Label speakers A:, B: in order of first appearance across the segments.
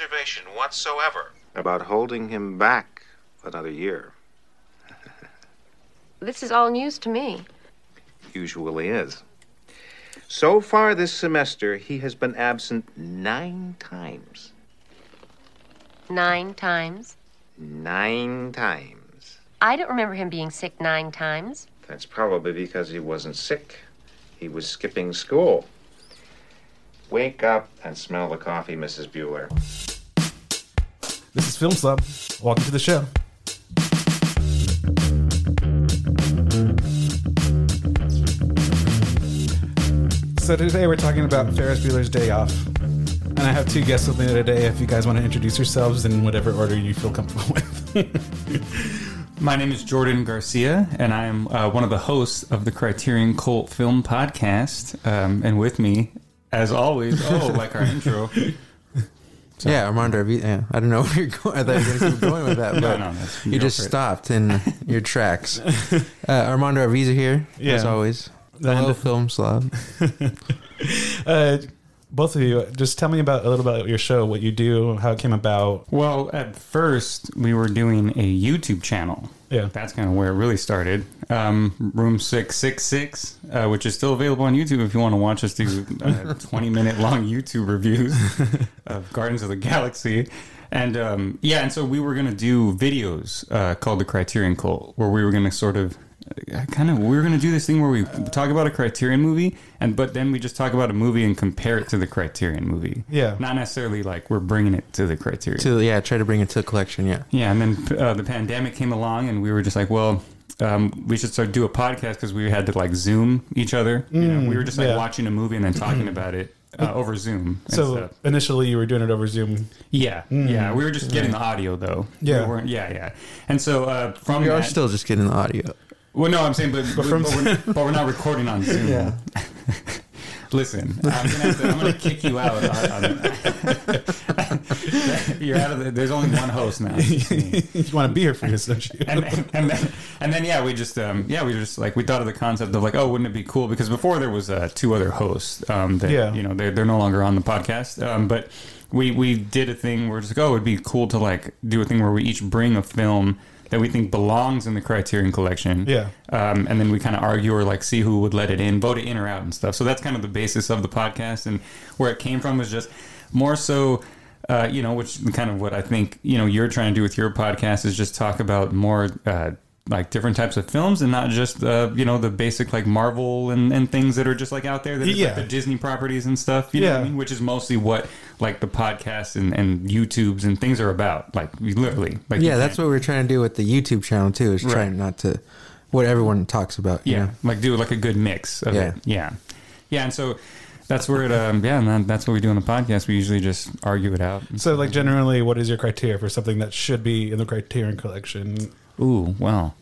A: reservation whatsoever
B: about holding him back another year.
C: This is all news to me.
B: Usually is. So far this semester, he has been absent nine times.
C: Nine times.
B: Nine times.
C: I don't remember him being sick nine times.
B: That's probably because he wasn't sick. He was skipping school. Wake up and smell the coffee, Mrs. Bueller.
D: This is Film Slab. Welcome to the show. So today we're talking about Ferris Bueller's Day Off, and I have two guests with me today. If you guys want to introduce yourselves in whatever order you feel comfortable with.
E: My name is Jordan Garcia, and I'm uh, one of the hosts of the Criterion Cult Film Podcast. Um, and with me, as always, oh, like our intro.
F: So. Yeah, Armando, have you, yeah, I don't know where you're going. I thought you were going to keep going with that, but
E: no, no,
F: you just stopped in your tracks. Uh, Armando Arviza here,
D: Yeah.
F: as always. Hello,
D: And-
F: film slob.
D: uh, both of you, just tell me about a little about your show, what you do, how it came about.
E: Well, at first, we were doing a YouTube channel.
D: Yeah.
E: That's kind of where it really started. Um, Room 666, uh, which is still available on YouTube if you want to watch us do uh, 20 minute long YouTube reviews of Gardens of the Galaxy. And um, yeah, and so we were going to do videos uh, called The Criterion Cult, where we were going to sort of kind of we were going to do this thing where we talk about a criterion movie and but then we just talk about a movie and compare it to the criterion movie
D: Yeah.
E: not necessarily like we're bringing it to the criterion
F: To yeah, try to bring it to the collection. Yeah,
E: yeah, and then uh, the pandemic came along, and we were just like, well, um, we should start do a podcast because we had to like Zoom each other. you know, we were just like
D: Mm, yeah.
E: watching a movie and then talking about it uh, over Zoom. and
D: So
E: stuff.
D: initially, you were doing it over Zoom.
E: yeah, yeah, we were just getting the audio though.
D: Yeah.
E: we weren't, yeah, yeah. And so uh, from
F: we are
E: that-
F: still just getting the audio.
E: well, no, I'm saying, but, but,
D: from-
E: but we're, but we're not recording on Zoom.
D: Yeah.
E: Listen, I'm gonna, have to, I'm gonna kick you out. on- on- you're out of the, there's only one host now. it's just me.
D: you want to be here for this, don't you?
E: and, and then, and then yeah, we just um, yeah, we just like we thought of the concept of like, oh, wouldn't it be cool? Because before there was uh, two other hosts um, that
D: Yeah.
E: you know they they're no longer on the podcast, um, but we we did a thing where it's like, oh, it'd be cool to like do a thing where we each bring a film that we think belongs in the Criterion Collection,
D: Yeah.
E: um, and then we kind of argue or like see who would let it in, vote it in or out and stuff. So that's kind of the basis of the podcast, and where it came from was just more so, uh, you know, which kind of what I think you know you're trying to do with your podcast is just talk about more. Uh, like different types of films and not just uh, you know the basic like Marvel and, and things that are just like out there that are
D: Yeah.
E: like the Disney properties and stuff you know what I
D: Yeah.
E: mean? which is mostly what like the podcasts and, and YouTubes and things are about like literally like
F: Yeah,
E: you
F: that's
E: can't-
F: what we're trying to do with the YouTube channel too. Is trying not to what everyone talks about. you
E: Yeah,
F: know?
E: like do like a good mix of
F: Yeah.
E: it. Yeah, yeah, and so that's where it. Um, yeah, and then that's what we do on the podcast. We usually just argue it out.
D: So, like, generally, what is your criteria for something that should be in the Criterion Collection?
E: Ooh, well,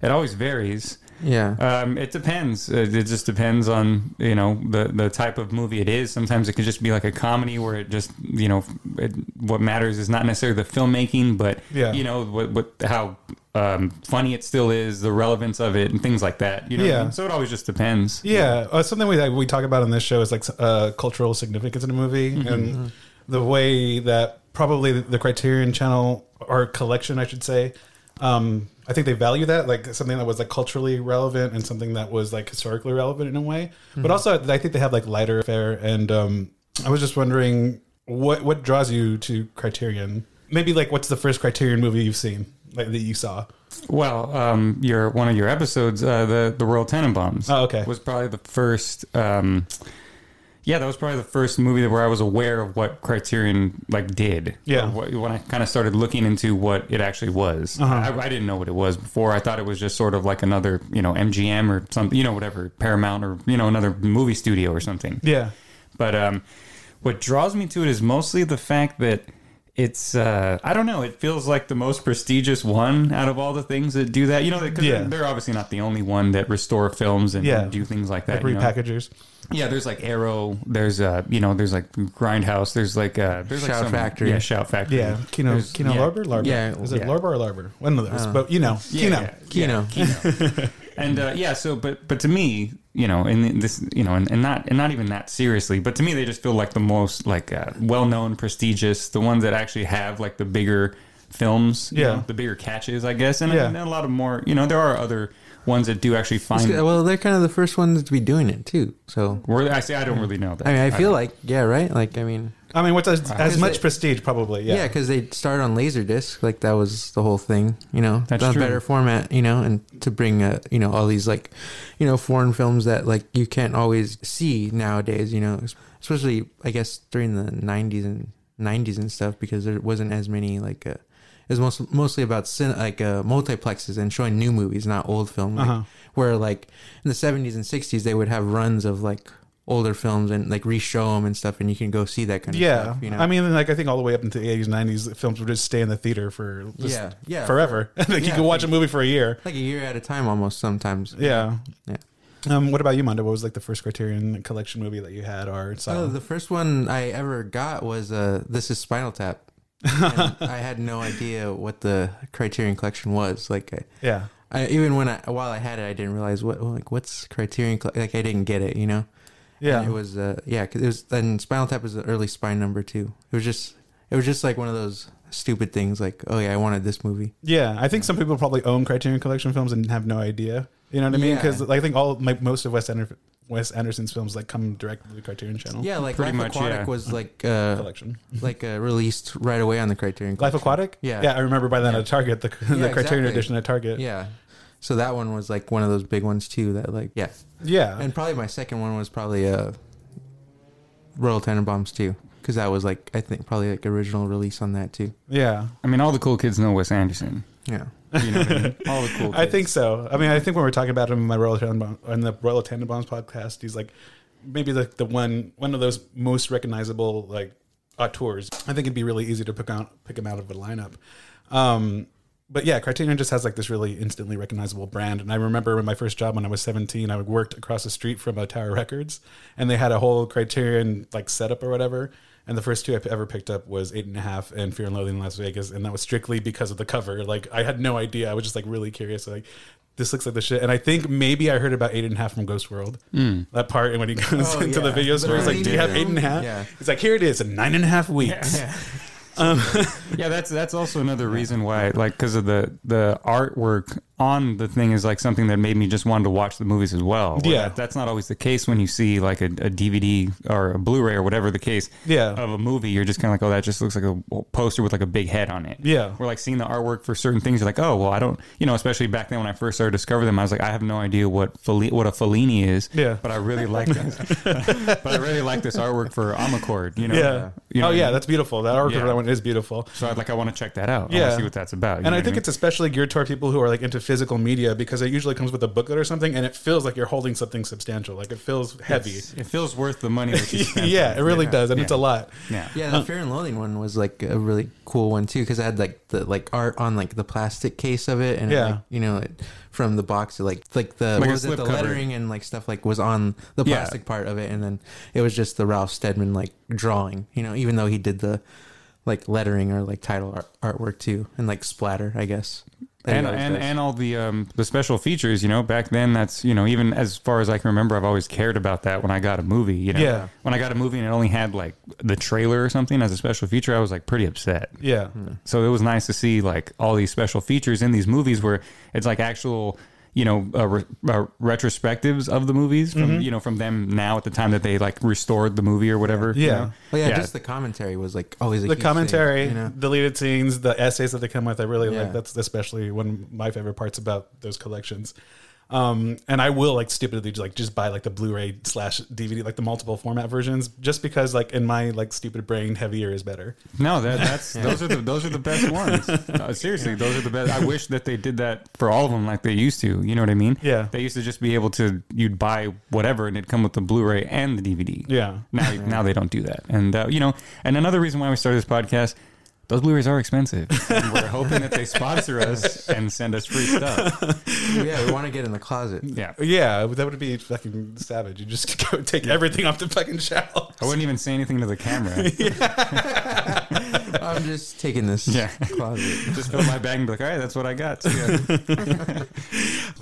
E: it always varies.
F: yeah.
E: Um, it depends. It, it just depends on you know the the type of movie it is. Sometimes it could just be like a comedy where it just you know it, what matters is not necessarily the filmmaking, but
D: Yeah.
E: you know what, what how um, funny it still is, the relevance of it, and things like that. You know, what I
D: Yeah.
E: mean? so it always just depends.
D: Yeah, Uh, something we that we talk about on this show is like uh, cultural significance in a movie, and the way that probably the, the Criterion Channel or collection, I should say, um, I think they value that like something that was like culturally relevant and something that was like historically relevant in a way. But also, I think they have like lighter fare. And um, I was just wondering what what draws you to Criterion? Maybe like what's the first Criterion movie you've seen? Like that you saw,
E: Well, um, your one of your episodes, uh, the the Royal Tenenbaums.
D: Oh, okay.
E: was probably the first. Um, yeah, that was probably the first movie that where I was aware of what Criterion like did.
D: Yeah.
E: Or what, when I kind of started looking into what it actually was,
D: Uh-huh.
E: I, I didn't know what it was before. I thought it was just sort of like another, you know, MGM or something, you know, whatever Paramount or you know another movie studio or something.
D: yeah,
E: But um, what draws me to it is mostly the fact that it's uh, I don't know. It feels like the most prestigious one out of all the things that do that. You know, 'cause
D: Yeah.
E: they're obviously not the only one that restore films and
D: Yeah.
E: do things like
D: like
E: that. you know?
D: repackagers.
E: Yeah, there's like Arrow. There's uh, you know, there's like Grindhouse. There's like uh, there's like
F: Shout
E: some-
F: Factory.
E: Yeah, Shout Factory.
D: Yeah, Kino
E: There's-
D: Kino
E: yeah.
D: Larber Larber.
F: Yeah,
D: is it
E: yeah.
D: Larber or Larber? One of those, but you know,
E: Yeah,
D: Kino.
E: yeah,
F: Kino.
E: yeah, Kino. And uh, yeah, so but but to me, you know, and this, you know, and, and not and not even that seriously, but to me, they just feel like the most like uh, well-known, prestigious, the ones that actually have like the bigger films, you
D: Yeah.
E: know, the bigger catches, I guess, and,
D: Yeah.
E: and a lot of more. You know, there are other ones that do actually find.
F: Well, they're kind of the first ones to be doing it too. So
E: Were- I say I don't really know that.
F: I mean, I feel like yeah, right? Like I mean,
D: I mean, what's as, as
F: Is
D: much
F: it-
D: prestige probably? Yeah.
F: yeah, because they started on Laserdisc. Like that was the whole thing. You know,
E: That's
F: the
E: true.
F: better format. You know, and to bring uh, you know all these like you know foreign films that like you can't always see nowadays. You know, especially I guess during the '90s and '90s and stuff because there wasn't as many like. Uh, it was most, mostly about cin- like uh, multiplexes and showing new movies, not old film.
D: Uh-huh.
F: Like, Where like in the seventies and sixties, they would have runs of like older films and like re-show them and stuff, and you can go see that kind of
D: Yeah,
F: stuff. You know,
D: I mean, like I think all the way up into the eighties, nineties, films would just stay in the theater for just
F: Yeah, yeah,
D: forever. like you
F: yeah,
D: could watch a movie for a year.
F: like a year at a time almost sometimes.
D: Yeah.
F: Yeah.
D: Um, what about you, Mondo? What was like the first Criterion Collection movie that you had or saw?
F: Oh, the first one I ever got was uh, this is Spinal Tap. And I had no idea what the Criterion Collection was. Like, I,
D: yeah.
F: I even when I while I had it, I didn't realize what like what's Criterion. Colle- Like, I didn't get it. You know.
D: Yeah.
F: And it was uh, yeah. 'cause it was and Spinal Tap was the early Spine number two. It was just it was just like one of those stupid things. Like, oh yeah, I wanted this movie.
D: Yeah, I think some people probably own Criterion Collection films and have no idea. You know what I mean?
F: Yeah.
D: Because like, I think all like, most of Wes, Ander- Wes Anderson's films like come direct to the Criterion Channel.
F: Yeah, like
E: Mm-hmm. Pretty
F: Life
E: much,
F: Aquatic
E: yeah. Mm-hmm.
F: was like uh,
D: collection.
F: like uh, released right away on the Criterion.
D: Life Aquatic.
F: Yeah.
D: yeah, I remember buying that at Target, the, the
F: Yeah,
D: Criterion
F: exactly.
D: edition at Target.
F: Yeah. So that one was like one of those big ones too. That like yeah,
D: yeah,
F: and probably my second one was probably uh, Royal Tenenbaums too, because that was like I think probably like original release on that too.
D: yeah.
E: I mean, all the cool kids know Wes Anderson.
F: Yeah.
E: You know what I mean? All the cool. Kids.
D: I think so. I mean, I think when we we're talking about him in my Royal Tannenbaum, in the Royal Tannenbaums podcast, he's like maybe like the one one of those most recognizable like auteurs. I think it'd be really easy to pick out pick him out of a lineup. Um, but yeah, Criterion just has like this really instantly recognizable brand. And I remember when my first job when I was 17, I worked across the street from uh, Tower Records and they had a whole Criterion like setup or whatever. And the first two I ever picked up was Eight and a Half and Fear and Loathing in Las Vegas. And that was strictly because of the cover. Like I had no idea. I was just like really curious. Like, this looks like the shit. And I think maybe I heard about Eight and a Half from Ghost World.
E: Hmm.
D: That part. And when he goes
F: Oh,
D: into the
F: yeah.
D: video
F: The
D: store, he's like, do you have eight and a half?
F: Yeah.
D: He's like, here it is in nine and a half weeks.
E: yeah, that's that's also another reason why, like, because of the the artwork on the thing is like something that made me just wanted to watch the movies as well. where
D: Yeah.
E: that- that's not always the case when you see like a, a DVD or a Blu-ray or whatever the case.
D: Yeah.
E: of a movie, you're just kind of like, oh, that just looks like a poster with like a big head on it.
D: Yeah.
E: or like seeing the artwork for certain things, you're like, oh, well, I don't, you know, especially back then when I first started discovering them, I was like, I have no idea what Fellini, what a Fellini is.
D: Yeah.
E: but I really like that. but I really like this artwork for Amacord. You know,
D: Yeah.
E: You know
D: oh
E: what I
D: yeah,
E: mean?
D: that's beautiful. That artwork
E: Yeah.
D: for that one is beautiful.
E: So I'd like I want to check that out. I want
D: Yeah.
E: to see what that's about. you
D: and
E: know
D: I
E: what
D: think
E: mean?
D: it's especially geared toward people who are like into physical media because it usually comes with a booklet or something, and it feels like you're holding something substantial. Like it feels heavy.
E: It feels worth the money. That you spent
D: yeah, it really does, and it's a
E: Yeah.
D: lot.
E: Yeah.
F: Yeah, the Fear and Loathing one was like a really cool one too, because I had like the like art on like the plastic case of it, and
D: Yeah.
F: like, you know, it, from the box, like like the
E: Like
F: what
E: a
F: was it,
E: slip
F: the
E: cover.
F: lettering and like stuff like was on the
E: Yeah.
F: plastic part of it, and then it was just the Ralph Steadman like drawing, you know, even though he did the like lettering or like title art- artwork too, and like splatter, I guess. that he
E: And,
F: always
E: and
F: does.
E: and all the um, the special features, you know, back then that's you know even as far as I can remember, I've always cared about that when I got a movie. You know,
D: Yeah.
E: when I got a movie and it only had like the trailer or something as a special feature, I was like pretty upset.
D: Yeah,
E: So it was nice to see like all these special features in these movies where it's like actual, you know, uh, re- uh, retrospectives of the movies from
D: Mm-hmm.
E: you know from them now at the time that they like restored the movie or whatever. you
D: Yeah.
E: know?
F: Well, Oh, yeah, just the commentary was like always a
D: the
F: huge thing,
D: commentary,
F: you know?
D: deleted scenes, the essays that they come with, I really
F: Yeah.
D: like. That's especially one of my favorite parts about those collections. Um, and I will like stupidly just, like just buy like the Blu-ray slash DVD, like the multiple format versions, just because like in my like stupid brain, heavier is better.
E: No, that, that's those are the those are the best ones. Uh, seriously, those are the best. I wish that they did that for all of them like they used to. You know what I mean?
D: Yeah.
E: They used to just be able to you'd buy whatever and it'd come with the Blu-ray and the DVD.
D: Yeah.
E: Now now they don't do that. And uh, you know, and another reason why we started this podcast. Those Blu-rays are expensive. And we're hoping that they sponsor us and send us free stuff.
F: yeah, we want to get in the closet.
E: Yeah.
D: Yeah, that would be fucking savage. You just go take everything off the fucking shelf.
E: I wouldn't even say anything to the camera.
F: I'm just taking this
E: Yeah.
F: closet.
E: Just fill my bag and be like, all right, that's what I got. So, yeah.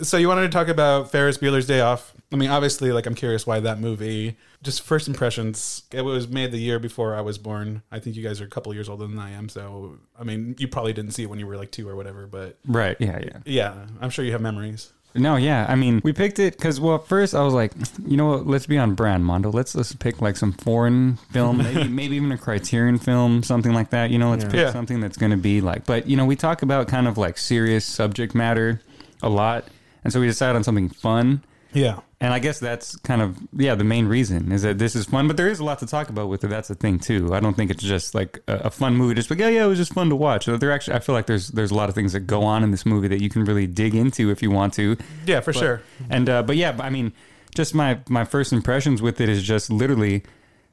D: So you wanted to talk about Ferris Bueller's Day Off. I mean, obviously, like I'm curious why that movie. Just first impressions. It was made the year before I was born. I think you guys are a couple years older than I am. So I mean, you probably didn't see it when you were like two or whatever. But
E: right. Yeah. Yeah.
D: yeah, I'm sure you have memories.
E: No, yeah. I mean, we picked it because, well, at first I was like, you know what? Let's be on brand, Mondo. Let's let's pick like some foreign film, maybe maybe even a Criterion film, something like that. You know, let's pick
D: Yeah.
E: something that's going to be like. But you know, we talk about kind of like serious subject matter a lot, and so we decided on something fun.
D: Yeah,
E: And I guess that's kind of yeah the main reason is that this is fun, but there is a lot to talk about with it. That's the thing too. I don't think it's just like a, a fun movie. Just like yeah, yeah, it was just fun to watch. There actually, I feel like there's there's a lot of things that go on in this movie that you can really dig into if you want to.
D: yeah, for
E: But-
D: sure.
E: And uh, but yeah, but I mean, just my my first impressions with it is just literally.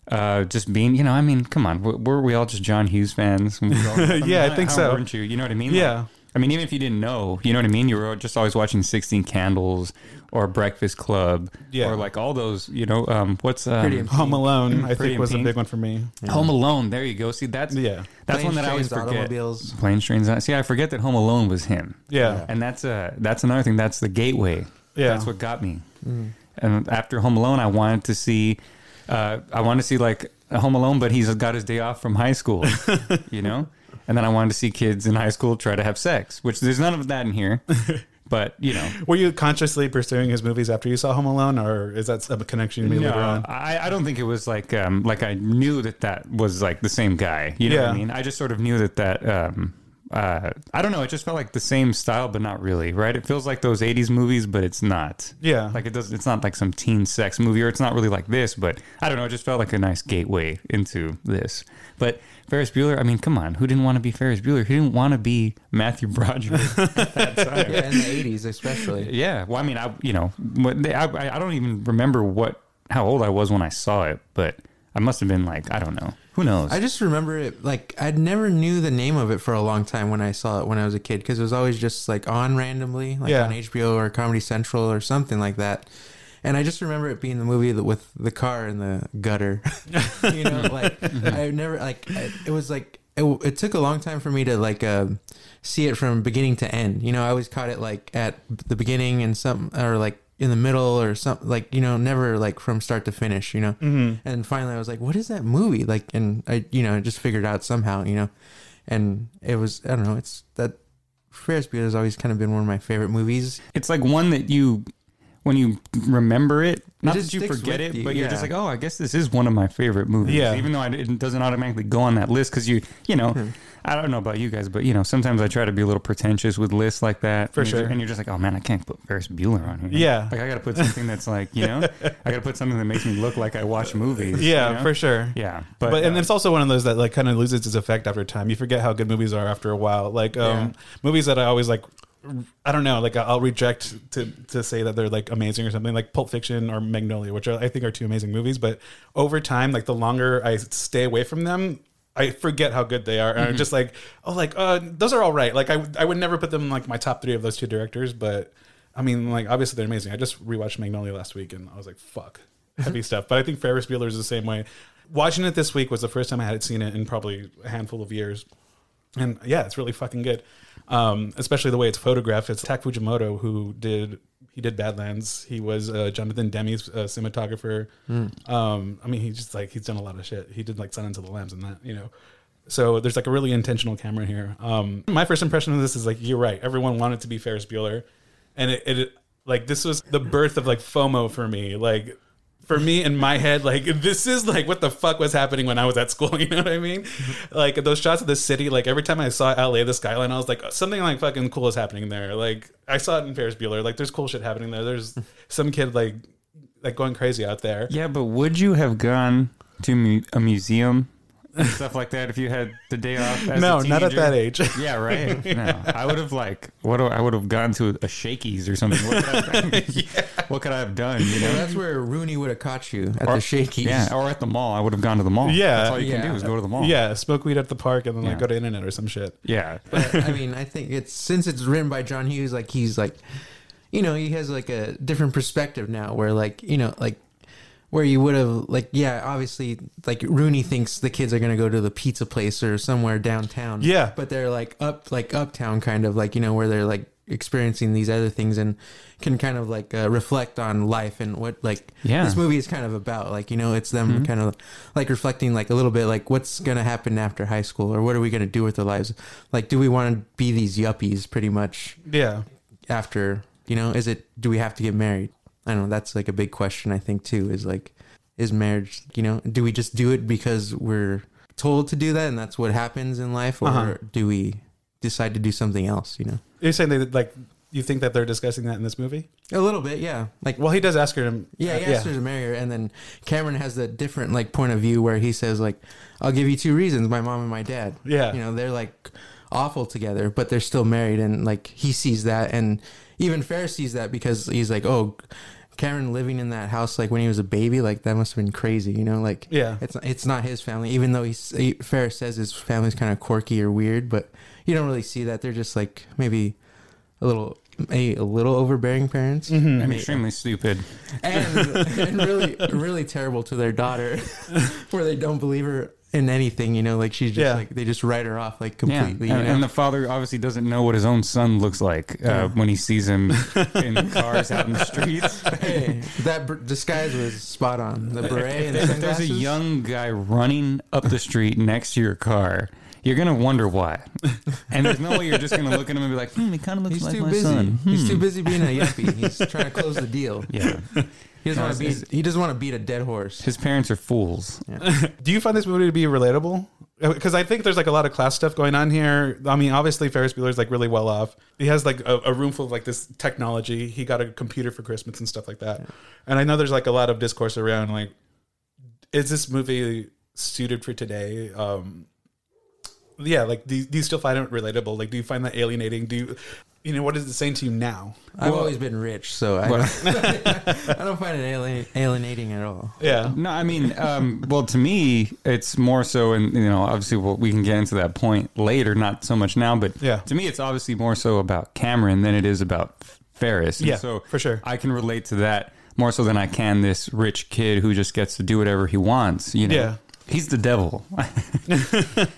E: Uh, just being, you know, I mean, come on, w- were we all just John Hughes fans? We all-
D: Yeah, I think
E: how
D: so.
E: Weren't you? You know what I mean?
D: Yeah.
E: Like, I mean, even if you didn't know, you know what I mean. You were just always watching Sixteen Candles or Breakfast Club,
D: Yeah.
E: or like all those. You know, um, what's um,
F: Pretty in
D: Home Alone, I
E: Pretty
D: think, was a
E: Pink.
D: big one for me.
E: Home Alone? There you go. See, that's
D: Yeah.
E: that's one
F: Planes,
E: that I always
F: trains,
E: forget.
F: automobiles.
E: Planes, trains. uh, See, I forget that Home Alone was him.
D: Yeah.
E: and that's uh that's another thing. That's the gateway.
D: Yeah.
E: that's what got me. And after Home Alone, I wanted to see, uh, I wanted to see like Home Alone, but he's got his day off from high school, you know. And then I wanted to see kids in high school try to have sex, which there's none of that in here. But you know,
D: Were you consciously pursuing his movies after you saw Home Alone, or is that a connection you made later on?
E: I, I don't think it was like um, like I knew that that was like the same guy. You know what
D: Yeah.
E: I mean? I just sort of knew that that. Um, uh, I don't know. It just felt like the same style, but not really, right? It feels like those '80s movies, but it's not.
D: Yeah.
E: like it does. It's not like some teen sex movie, or it's not really like this. But I don't know. It just felt like a nice gateway into this. But Ferris Bueller. I mean, come on. Who didn't want to be Ferris Bueller? Who didn't want to be Matthew Broderick?
F: Yeah, in the 80s especially.
E: Yeah. Well, I mean, I you know, what they, I I I don't even remember what how old I was when I saw it, but I must have been like I don't know. Who knows?
F: I just remember it like I never knew the name of it for a long time when I saw it when I was a kid because it was always just like on randomly like
D: Yeah.
F: on HBO or Comedy Central or something like that. And I just remember it being the movie that with the car in the gutter. you know, like I never like I, it was like it, w- it took a long time for me to like um see it from beginning to end. You know, I always caught it like at the beginning and some or like in the middle or something like you know never like from start to finish you know and finally i was like what is that movie like and i you know I just figured it out somehow you know and it was i don't know it's that ferris bueller has always kind of been one of my favorite movies
E: it's like one that you when you remember it, not
F: just
E: that you
F: sticks
E: forget it,
F: with you,
E: but you're
F: yeah.
E: just like, oh, I guess this is one of my favorite movies.
D: Yeah.
E: Even though I, it doesn't automatically go on that list because you you know. I don't know about you guys, but you know, sometimes I try to be a little pretentious with lists like that.
D: For
E: And you're-
D: sure.
E: And you're just like, oh man, I can't put Ferris Bueller on here.
D: Yeah.
E: Like I got to put something that's like, you know, I got to put something that makes me look like I watch movies.
D: yeah,
E: you know?
D: for sure.
E: Yeah,
D: but, and
E: uh,
D: it's also one of those that like kind of loses its effect after time. You forget how good movies are after a while. Like um, movies that I always like, I don't know, like I'll reject to to say that they're like amazing or something, like Pulp Fiction or Magnolia, which are, I think are two amazing movies. But over time, like the longer I stay away from them. I forget how good they are, and I'm just like, oh, like uh, those are all right. Like I, I would never put them in, like my top three of those two directors, but I mean, like obviously they're amazing. I just rewatched Magnolia last week, and I was like, fuck, heavy stuff. But I think Ferris Bueller is the same way. Watching it this week was the first time I had seen it in probably a handful of years, and yeah, it's really fucking good. Um, especially the way it's photographed. It's Tak Fujimoto who did he did Badlands. He was uh, Jonathan Demi's uh, cinematographer. Um, I mean, he's just like he's done a lot of shit. He did like Sun into the Lambs and that, you know. So there's like a really intentional camera here. Um, my first impression of this is like you're right. Everyone wanted to be Ferris Bueller, and it, it like this was the birth of like FOMO for me. Like for me in my head, like this is like what the fuck was happening when I was at school. You know what I mean? Like those shots of the city. Like every time I saw LA, the skyline, I was like something like fucking cool is happening there. Like I saw it in Ferris Bueller. Like there's cool shit happening there. There's some kid like like going crazy out there.
E: yeah, but would you have gone to mu- a museum and stuff like that if you had the day off? As
D: no,
E: a
D: not at
E: teenager?
D: that age.
E: Yeah, right. No, I would have like what do- I would have gone to a Shakey's or something. What could I have, what could I have done? You
F: well,
E: know.
F: that's where rooney would have caught you at
E: Or-
F: the shaky
E: Yeah, or at the mall. I would have gone to the mall.
D: Yeah.
E: that's all you
F: Yeah.
E: can do is go to the mall.
D: yeah, smoke weed at the park and then like
E: Yeah.
D: go to internet or some shit.
E: yeah.
F: I mean, I think it's since it's written by John Hughes, like he's like, you know, he has like a different perspective now, where like you know, like where you would have like yeah obviously like Rooney thinks the kids are gonna go to the pizza place or somewhere downtown
D: Yeah.
F: but they're like up like uptown kind of like you know where they're like experiencing these other things and can kind of like uh, reflect on life and what like
E: Yeah.
F: this movie is kind of about like you know it's them kind of like reflecting like a little bit like what's gonna happen after high school or what are we gonna do with our lives like do we want to be these yuppies pretty much
D: Yeah.
F: after you know is it do we have to get married i don't know that's like a big question i think too is like is marriage you know do we just do it because we're told to do that and that's what happens in life or
D: Uh-huh.
F: do we decide to do something else you know
D: You're saying they like you think that they're discussing that in this movie?
F: a little bit yeah like
D: Well, he does ask her to uh,
F: yeah, he asks her to marry her, and then Cameron has that different like point of view where he says like, "I'll give you two reasons: my mom and my dad."
D: Yeah.
F: you know they're like awful together, but they're still married, and like he sees that, and even Ferris sees that because he's like, "Oh, Cameron living in that house like when he was a baby, like that must have been crazy," you know, like
D: Yeah.
F: it's it's not his family, even though he's, he Ferris says his family's kind of quirky or weird, but you don't really see that they're just like maybe a little a, a little overbearing parents
D: Mm-hmm.
E: I'm extremely stupid.
F: and, and really really terrible to their daughter where they don't believe her in anything you know like she's just
D: Yeah.
F: like they just write her off like
E: Yeah,
F: completely
E: and,
F: you know?
E: and the father obviously doesn't know what his own son looks like uh, when he sees him in cars out in the streets.
F: Hey, that br- disguise was spot on the beret and the
E: if there's
F: sunglasses
E: a young guy running up the street next to your car, you're gonna wonder why. And there's no way you're just gonna look at him and be like, "Hmm, he kind of looks
F: he's
E: like
F: too
E: my
F: busy
E: son."
F: he's
E: Hmm.
F: too busy being a yuppie he's trying to close the deal
E: Yeah,
F: he doesn't want
E: it's-
F: to beat he doesn't want to beat a dead horse
E: his parents are fools.
D: Do you find this movie to be relatable? Because I think there's like a lot of class stuff going on here. I mean, obviously Ferris Bueller's like really well off. He has like a, a room full of like this technology. He got a computer for Christmas and stuff like that. And I know there's like a lot of discourse around like, is this movie suited for today? Um, yeah, like do, do you still find it relatable? Like, do you find that alienating? Do you, you know, what is it saying to you now?
F: I've always been rich so I don't, I don't find it alien, alienating at all
D: Yeah,
E: No, I mean, um, well, to me, it's more so, and you know, obviously, we'll, we can get into that point later, not so much now, but
D: Yeah.
E: to me, it's obviously more so about Cameron than it is about F- Ferris. And
D: Yeah,
E: so
D: for sure.
E: I can relate to that more so than I can this rich kid who just gets to do whatever he wants. You know,
D: Yeah.
E: he's the devil.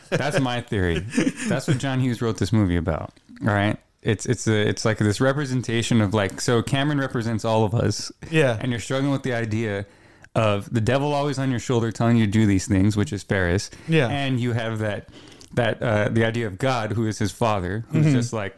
E: That's my theory. That's what John Hughes wrote this movie about. All right. It's it's a, it's like this representation of like so Cameron represents all of us.
D: Yeah.
E: And you're struggling with the idea of the devil always on your shoulder telling you to do these things, which is Ferris.
D: Yeah.
E: And you have that that uh, the idea of God who is his father, who's
D: Mm-hmm.
E: just like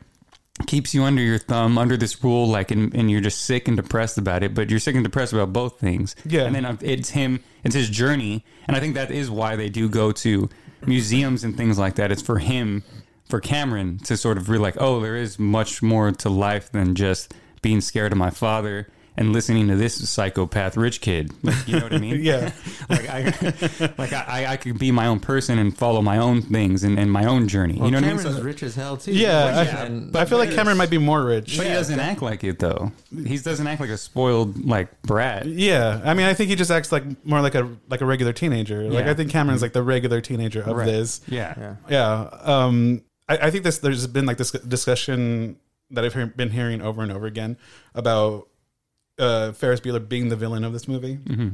E: keeps you under your thumb under this rule like and, and you're just sick and depressed about it but you're sick and depressed about both things
D: Yeah.
E: and then uh, it's him it's his journey and i think that is why they do go to museums and things like that it's for him for cameron to sort of realize oh there is much more to life than just being scared of my father and listening to this psychopath rich kid like, you know what i mean
D: Yeah.
E: like i like I, I could be my own person and follow my own things and, and my own journey
F: well,
E: you know what i mean
F: Cameron's
E: So-
F: rich as hell too
D: yeah. I,
F: And-
D: I feel like Cameron might be more rich.
E: but he doesn't act like it though. He doesn't act like a spoiled like brat.
D: Yeah, I mean, I think he just acts like more like a like a regular teenager. Like
E: Yeah. Mm-hmm.
D: I think Cameron's like the regular teenager of this.
E: Yeah.
D: Yeah. Um, I, I think this there's been like this discussion that I've hear, been hearing over and over again about uh, Ferris Bueller being the villain of this movie.
E: Mm-hmm.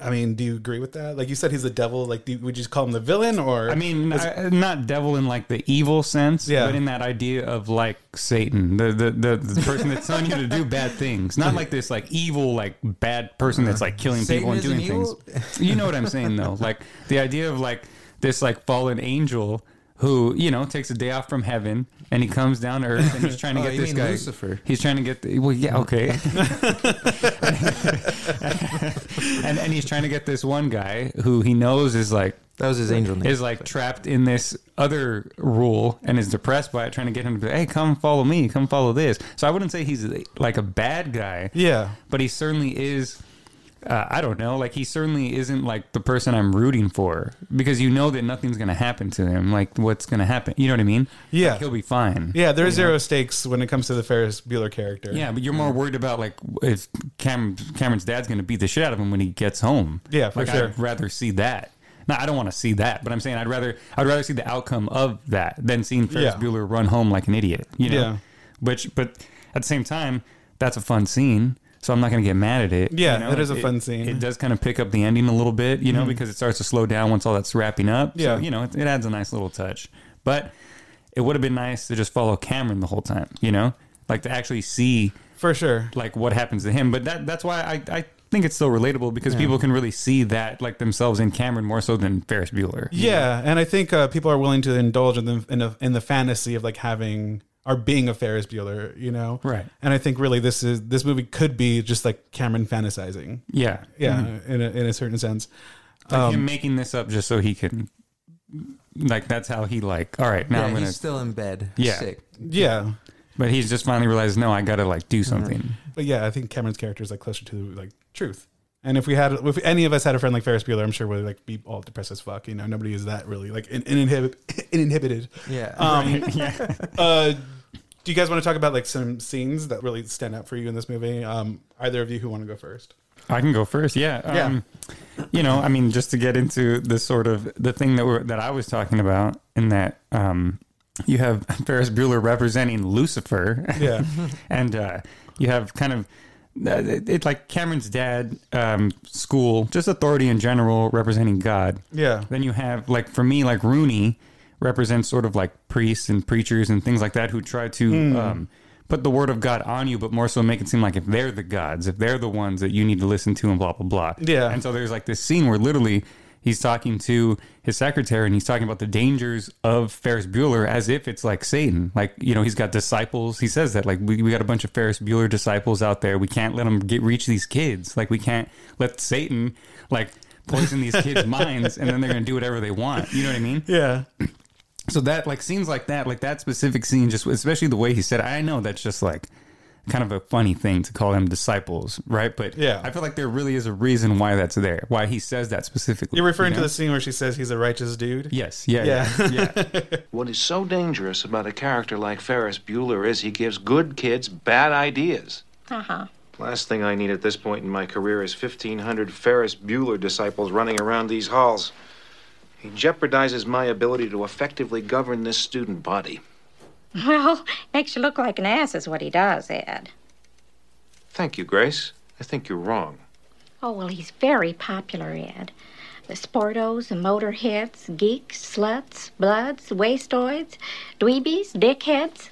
D: I mean, do you agree with that? Like you said, he's the devil. Like, do you, would you call him the villain or?
E: I mean, I, not devil in like the evil sense,
D: Yeah.
E: but in that idea of like Satan, the the, the, the person that's telling you to do bad things, not like this like evil like bad person that's like killing
F: Satan
E: people and
F: isn't
E: doing
F: evil?
E: things. You know what I'm saying though? Like the idea of like this like fallen angel who you know takes a day off from heaven and he comes down to earth and he's trying to
F: Oh,
E: get
F: you
E: this
F: mean
E: guy
F: Lucifer.
E: He's trying to get the well, yeah, okay. and and he's trying to get this one guy who he knows is like
F: that was his angel name
E: is like trapped in this other rule and is depressed by it, trying to get him to be, hey, come follow me, come follow this. So I wouldn't say he's like a bad guy,
D: yeah,
E: but he certainly is. Uh, I don't know. Like he certainly isn't like the person I'm rooting for because you know that nothing's gonna happen to him. Like what's gonna happen? You know what I mean?
D: Yeah.
E: Like, he'll be fine.
D: yeah. There is zero stakes when it comes to the Ferris Bueller character.
E: Yeah, but you're more worried about like if Cam- Cameron's dad's going to beat the shit out of him when he gets home.
D: Yeah, for
E: like,
D: sure.
E: I'd rather see that. No, I don't want to see that, but I'm saying I'd rather I'd rather see the outcome of that than seeing Ferris
D: Yeah.
E: Bueller run home like an idiot. You know,
D: Yeah.
E: which but at the same time, that's a fun scene. So I'm not going to get mad at it.
D: Yeah,
E: that
D: that
E: is
D: is a fun scene.
E: It does kind of pick up the ending a little bit, you know, because it starts to slow down once all that's wrapping up.
D: Yeah.
E: So, you know, it, it adds a nice little touch. But it would have been nice to just follow Cameron the whole time, you know, like to actually see
D: for sure.
E: like what happens to him. But that that's why I, I think it's still relatable because people can really see that like themselves in Cameron more so than Ferris Bueller.
D: Yeah, and I think uh, people are willing to indulge in the in, a, in the fantasy of like having or being a Ferris Bueller, you know.
E: Right.
D: And I think really this is this movie could be just like Cameron fantasizing.
E: Yeah.
D: Yeah, in a, in a certain sense.
E: Like him making this up just so he can like that's how he like all right now
F: yeah,
E: I'm gonna
F: he's still in bed.
E: Yeah.
F: Sick.
D: Yeah.
E: but he's just finally realized no I gotta like do something.
D: But yeah, I think Cameron's character is like closer to like truth. And if we had, if any of us had a friend like Ferris Bueller, I'm sure we'd like be all depressed as fuck. You know, nobody is that really like in, in inhib- in inhibited.
F: Yeah.
D: Um, uh, do you guys want to talk about like some scenes that really stand out for you in this movie? Um, either of you who want to go first?
E: I can go first. Yeah. Um, You know, I mean, just to get into the sort of the thing that we're, that I was talking about, in that um, you have Ferris Bueller representing Lucifer.
D: Yeah.
E: and uh, you have kind of uh, it, it like Cameron's dad, um, school, just authority in general representing God.
D: Yeah.
E: Then you have like for me, like Rooney represents sort of like priests and preachers and things like that who try to
D: Hmm.
E: um, put the word of God on you, but more so make it seem like if they're the gods, if they're the ones that you need to listen to, and blah blah blah.
D: Yeah.
E: And so there's like this scene where literally he's talking to his secretary and he's talking about the dangers of Ferris Bueller as if it's like Satan. Like, you know, he's got disciples. He says that, like, we, we got a bunch of Ferris Bueller disciples out there. We can't let them get reach these kids. Like, we can't let Satan, like, poison these kids' minds and then they're going to do whatever they want. You know what I mean?
D: Yeah.
E: So that like scenes like that, like that specific scene, just especially the way he said, it, I know that's just like kind of a funny thing to call them disciples, right? But
D: Yeah.
E: I feel like there really is a reason why that's there, why he says that specifically.
D: You're referring
E: you know?
D: to the scene where she says he's a righteous dude?
E: Yes, yeah,
D: Yeah.
E: yeah, yeah.
G: What is so dangerous about a character like Ferris Bueller is he gives good kids bad ideas.
H: Uh-huh.
B: Last thing I need at this point in my career is 1,500 Ferris Bueller disciples running around these halls. He jeopardizes my ability to effectively govern this student body.
H: Well, makes you look like an ass is what he does, Ed.
B: Thank you, Grace. I think you're wrong.
H: Oh, well, he's very popular, Ed. The sportos, the motorheads, geeks, sluts, bloods, wastoids, dweebies, dickheads.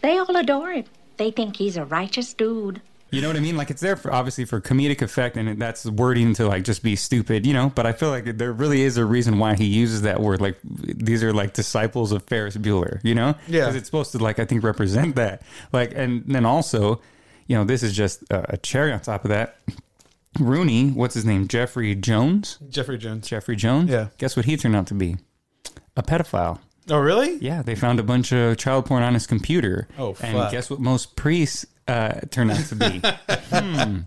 H: They all adore him. They think he's a righteous dude.
E: You know what I mean? Like it's there for obviously for comedic effect, and that's wording to like just be stupid, you know. But I feel like there really is a reason why he uses that word. Like these are like disciples of Ferris Bueller, you know?
D: Yeah.
E: because it's supposed to like I think represent that. Like, and then also, you know, this is just uh, a cherry on top of that. Rooney, what's his name? Jeffrey Jones.
D: Jeffrey Jones.
E: Jeffrey Jones.
D: Yeah.
E: Guess what he turned out to be? A pedophile.
D: Oh, really?
E: Yeah, they found a bunch of child porn on his computer.
D: Oh, fuck.
E: And guess what most priests uh, turn out to be? hmm.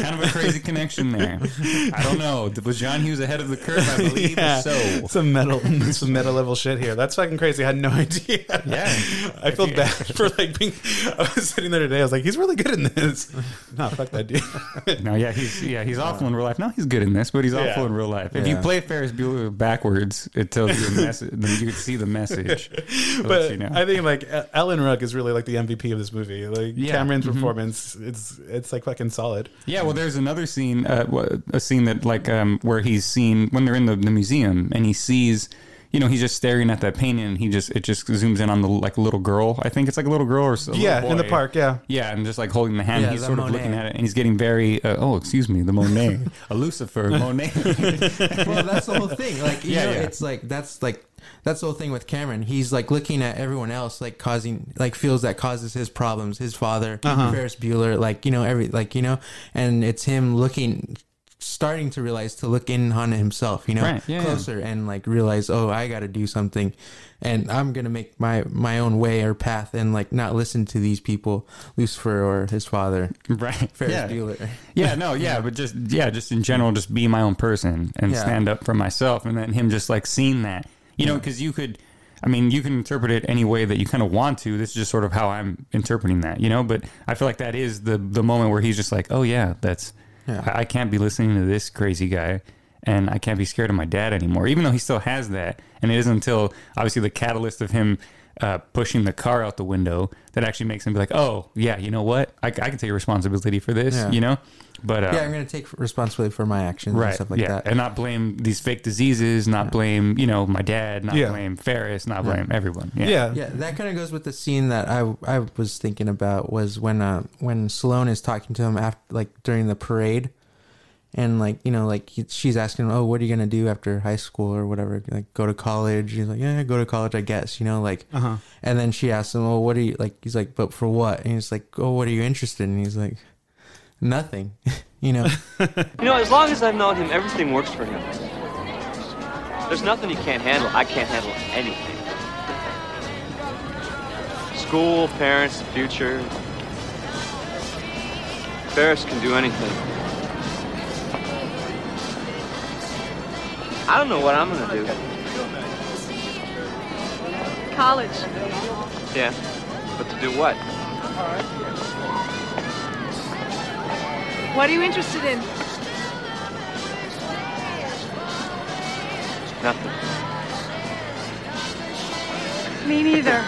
E: Kind of a crazy connection there. I don't know. Was John Hughes ahead of the curve? I believe or so.
D: Some metal, some meta level shit here. That's fucking crazy. I had no idea.
E: Yeah.
D: I feel bad for like being. I was sitting there today. I was like, he's really good in this. No, fuck that dude.
E: No, yeah, he's yeah, he's awful in real life. No, he's good in this, but he's awful
D: Yeah.
E: in real life. If you play Ferris Bueller backwards, it tells you the message. then you can see the message. It lets
D: but
E: you know.
D: I think like E- Ellen Ruck is really like the MVP of this movie. Like
E: Yeah. Mm-hmm.
D: Cameron's performance, it's it's like fucking solid.
E: Yeah, well, there's another scene, uh, wha- a scene that like um, where he's seen when they're in the, the museum and he sees, you know, he's just staring at that painting and he just it just zooms in on the like little girl. I think it's like a little girl or so. little
D: yeah, in the
E: boy.
D: park. Yeah,
E: Yeah, and just like holding the hand,
F: Yeah,
E: he's
F: the
E: sort of
F: Monet.
E: looking at it, and he's getting very, uh, oh, excuse me, the Monet, a Lucifer, Monet.
F: well, that's the whole thing. Like, you
E: Yeah,
F: know,
E: yeah.
F: it's like that's like that's the whole thing with Cameron. He's like looking at everyone else, like causing like feels that causes his problems. His father,
E: Uh-huh.
F: Ferris Bueller, like you know every like you know, and it's him looking. Starting to realize to look in on himself, you know,
E: Right, yeah, yeah.
F: closer and like realize, oh, I got to do something, and I'm gonna make my my own way or path, and like not listen to these people, Lucifer or his father,
E: right.
F: Ferris
E: yeah.
F: Bueller.
E: yeah, no, yeah, but just yeah, just in general, just be my own person and
F: Yeah.
E: stand up for myself, and then him just like seeing that, you know, because you could, I mean, you can interpret it any way that you kind of want to. This is just sort of how I'm interpreting that, you know. But I feel like that is the the moment where he's just like, oh yeah, that's I, I can't be listening to this crazy guy. And I can't be scared of my dad anymore, even though he still has that. And it isn't until obviously the catalyst of him uh, pushing the car out the window that actually makes them be like, oh, yeah, you know what? I, I can take responsibility for this,
F: Yeah.
E: you know? But uh,
F: yeah, I'm going to take responsibility for my actions and stuff like
E: yeah.
F: that.
E: And not blame these fake diseases, not blame, you know, my dad, not
D: Yeah.
E: blame Ferris, not blame everyone. Yeah.
D: yeah.
F: yeah, that kind of goes with the scene that I I was thinking about was when uh when Sloane is talking to him after like during the parade, and like you know like he, she's asking him, oh what are you gonna do after high school or whatever like go to college he's like yeah go to college I guess you know like and then she asks him oh what are you like he's like but for what and he's like oh what are you interested in he's like nothing you know
I: You know, as long as I've known him, everything works for him. There's nothing he can't handle. I can't handle anything. School, parents, the future. Ferris can do anything. I don't know what I'm gonna do.
J: College.
I: Yeah, but to do what?
J: What are you interested in?
I: Nothing.
J: Me neither.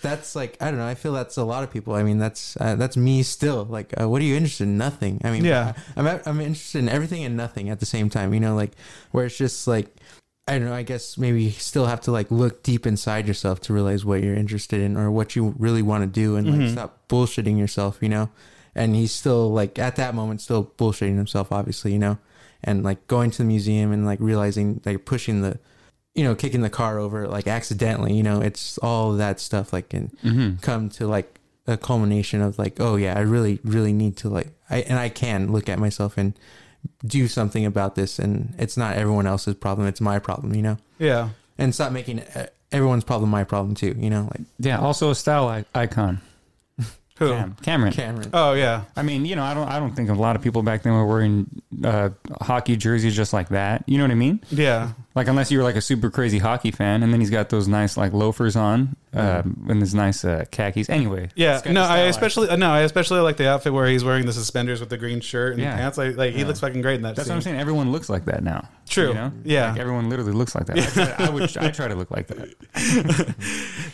F: that's like I don't know. I feel that's a lot of people. I mean, that's uh, that's me still. Like, uh, what are you interested in? Nothing. I mean,
D: Yeah.
F: I, am I'm interested in everything and nothing at the same time. You know, like where it's just like I don't know. I guess maybe you still have to like look deep inside yourself to realize what you're interested in or what you really want to do, and like stop bullshitting yourself. You know, and he's still like at that moment still bullshitting himself, obviously. You know, and like going to the museum and like realizing like pushing the you know, kicking the car over like accidentally, you know, it's all that stuff like can come to like a culmination of like, oh yeah, I really, really need to like I and I can look at myself and do something about this and it's not everyone else's problem, it's my problem, you know?
D: Yeah.
F: And stop making uh, everyone's problem my problem too, you know, like
E: Yeah, Also a style I- icon.
D: Who?
E: Cam- Cameron.
F: Cameron.
D: Oh yeah.
E: I mean, you know, I don't. I don't think a lot of people back then were wearing uh, hockey jerseys just like that. You know what I mean?
D: Yeah.
E: Like, unless you were like a super crazy hockey fan, and then he's got those nice like loafers on um, and his nice uh, khakis. Anyway,
D: Yeah,
E: it's got
D: no,
E: a
D: I
E: style
D: especially no, I especially like the outfit where he's wearing the suspenders with the green shirt and
E: Yeah.
D: pants. Like, like he looks fucking great in that.
E: That's
D: scene.
E: what I'm saying. Everyone looks like that now.
D: True. Yeah.
F: Uh-huh.
E: Like, everyone literally looks like that. I, try, I would. I try to look like that.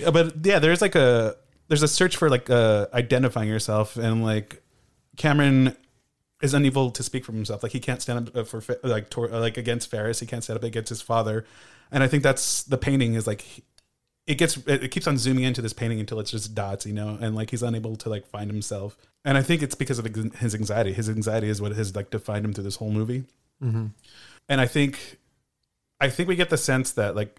D: Yeah, Uh, but yeah, there's like a there's a search for like uh, identifying yourself, and like Cameron is unable to speak for himself. Like he can't stand up uh, for Fa- like tor- uh, like against Ferris. He can't stand up against his father, and I think that's the painting is like he- it gets it it keeps on zooming into this painting until it's just dots, you know, and like he's unable to like find himself. And I think it's because of ex- his anxiety. His anxiety is what has like defined him through this whole movie. And I think, I think we get the sense that like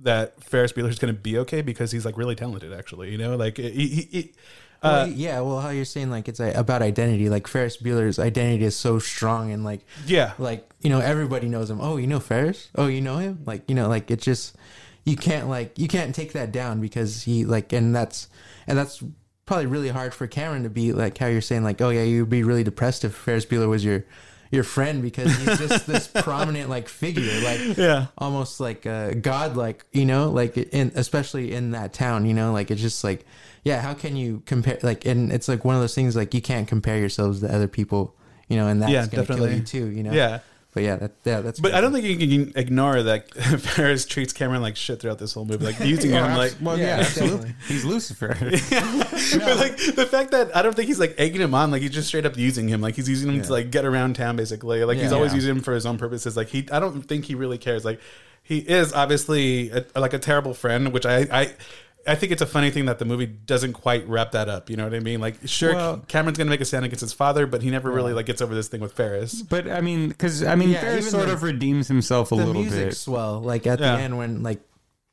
D: that Ferris Bueller is going to be okay because he's like really talented, actually. You know, like he, he, he-
F: Well, yeah, well how you're saying like it's uh, about identity, like Ferris Bueller's identity is so strong and like
D: yeah,
F: like you know everybody knows him oh you know ferris oh you know him like you know like it's just you can't like you can't take that down because he like and that's and that's probably really hard for cameron to be like how you're saying like oh yeah you'd be really depressed if ferris bueller was your your friend because he's just this prominent like figure like
D: Yeah.
F: almost like uh godlike you know like in especially in that town you know like it's just like yeah how can you compare like and it's like one of those things like you can't compare yourselves to other people you know and that's
D: Yeah,
F: gonna
D: definitely.
F: kill you too you know
D: Yeah.
F: but yeah, that, yeah, that's.
D: but I don't think you can ignore that Ferris treats Cameron like shit throughout this whole movie, like using him like.
E: well,
F: yeah, absolutely.
E: He's Lucifer.
D: But like the fact that I don't think he's like egging him on, like he's just straight up using him, like he's using him to like get around town, basically. Like he's
F: Yeah.
D: always
E: Yeah.
D: using him for his own purposes. Like he, I don't think he really cares. Like he is obviously a, like a terrible friend, which I, I, I think it's a funny thing that the movie doesn't quite wrap that up. You know what I mean? Like sure,
E: Well-
D: Cameron's gonna make a stand against his father, but he never really like gets over this thing with Ferris.
E: But I mean, because I mean,
F: Yeah,
E: Ferris
F: even
E: sort
F: the-
E: of redeems himself a
F: the
E: little
F: music
E: bit.
F: swell like at
D: Yeah.
F: the end when like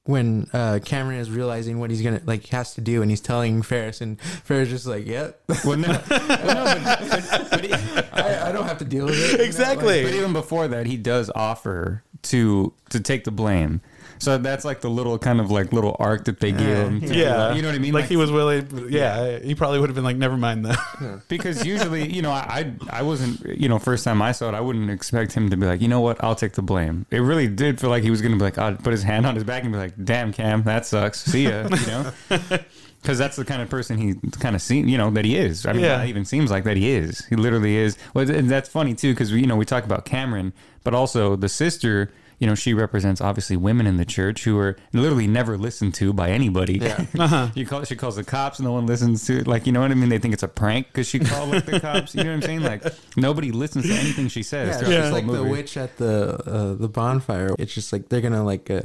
F: when uh Cameron is realizing what he's gonna like has to do, and he's telling Ferris, and Ferris just like, "Yep,
E: Well, no,
F: I, I don't have to deal with it." you know?
D: Exactly.
E: but even before that, he does offer to to take the blame. So that's like the little kind of like little arc that they give him. to-
D: Yeah,
E: you know what I mean.
D: Like, he was willing. Yeah, he probably would have been like, never mind that.
E: because usually, you know, I, I I wasn't, you know, first time I saw it, I wouldn't expect him to be like, you know what, I'll take the blame. It really did feel like he was going to be like, I'd put his hand on his back and be like, damn, Cam, that sucks. See ya, you know, because that's the kind of person he kind of seems, you know, that he is. I mean,
D: Yeah.
E: not even seems like that he is. He literally is. Well, and that's funny too, because you know we talk about Cameron, but also the sister. you know, she represents obviously women in the church who are literally never listened to by anybody.
F: Yeah. Uh-huh.
E: you call, she calls the cops, no one listens to it. Like, you know what I mean? They think it's a prank because she called like, the cops. You know what I'm saying? Like, nobody listens to anything she says.
F: Yeah, it's
E: throughout
F: just
E: this
F: like
E: whole
F: the
E: movie.
F: witch at the uh, the bonfire. It's just like they're gonna like, uh,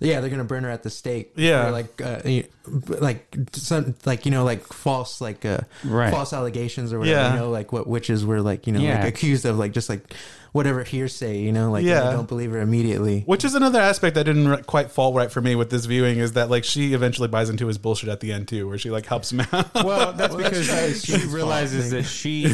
F: yeah, they're gonna burn her at the stake.
D: Yeah.
F: Or, like uh, y- like some like you know like false like uh,
E: Right.
F: false allegations or whatever.
D: Yeah.
F: You know like what witches were like you know
E: Yeah.
F: like accused of like just like whatever hearsay. You know like
D: Yeah.
F: I don't believe her immediately.
D: Which is another aspect that didn't re- quite fall right for me with this viewing is that like she eventually buys into his bullshit at the end too, where she like helps him out.
E: Well, that's because she
F: she's
E: realizes that she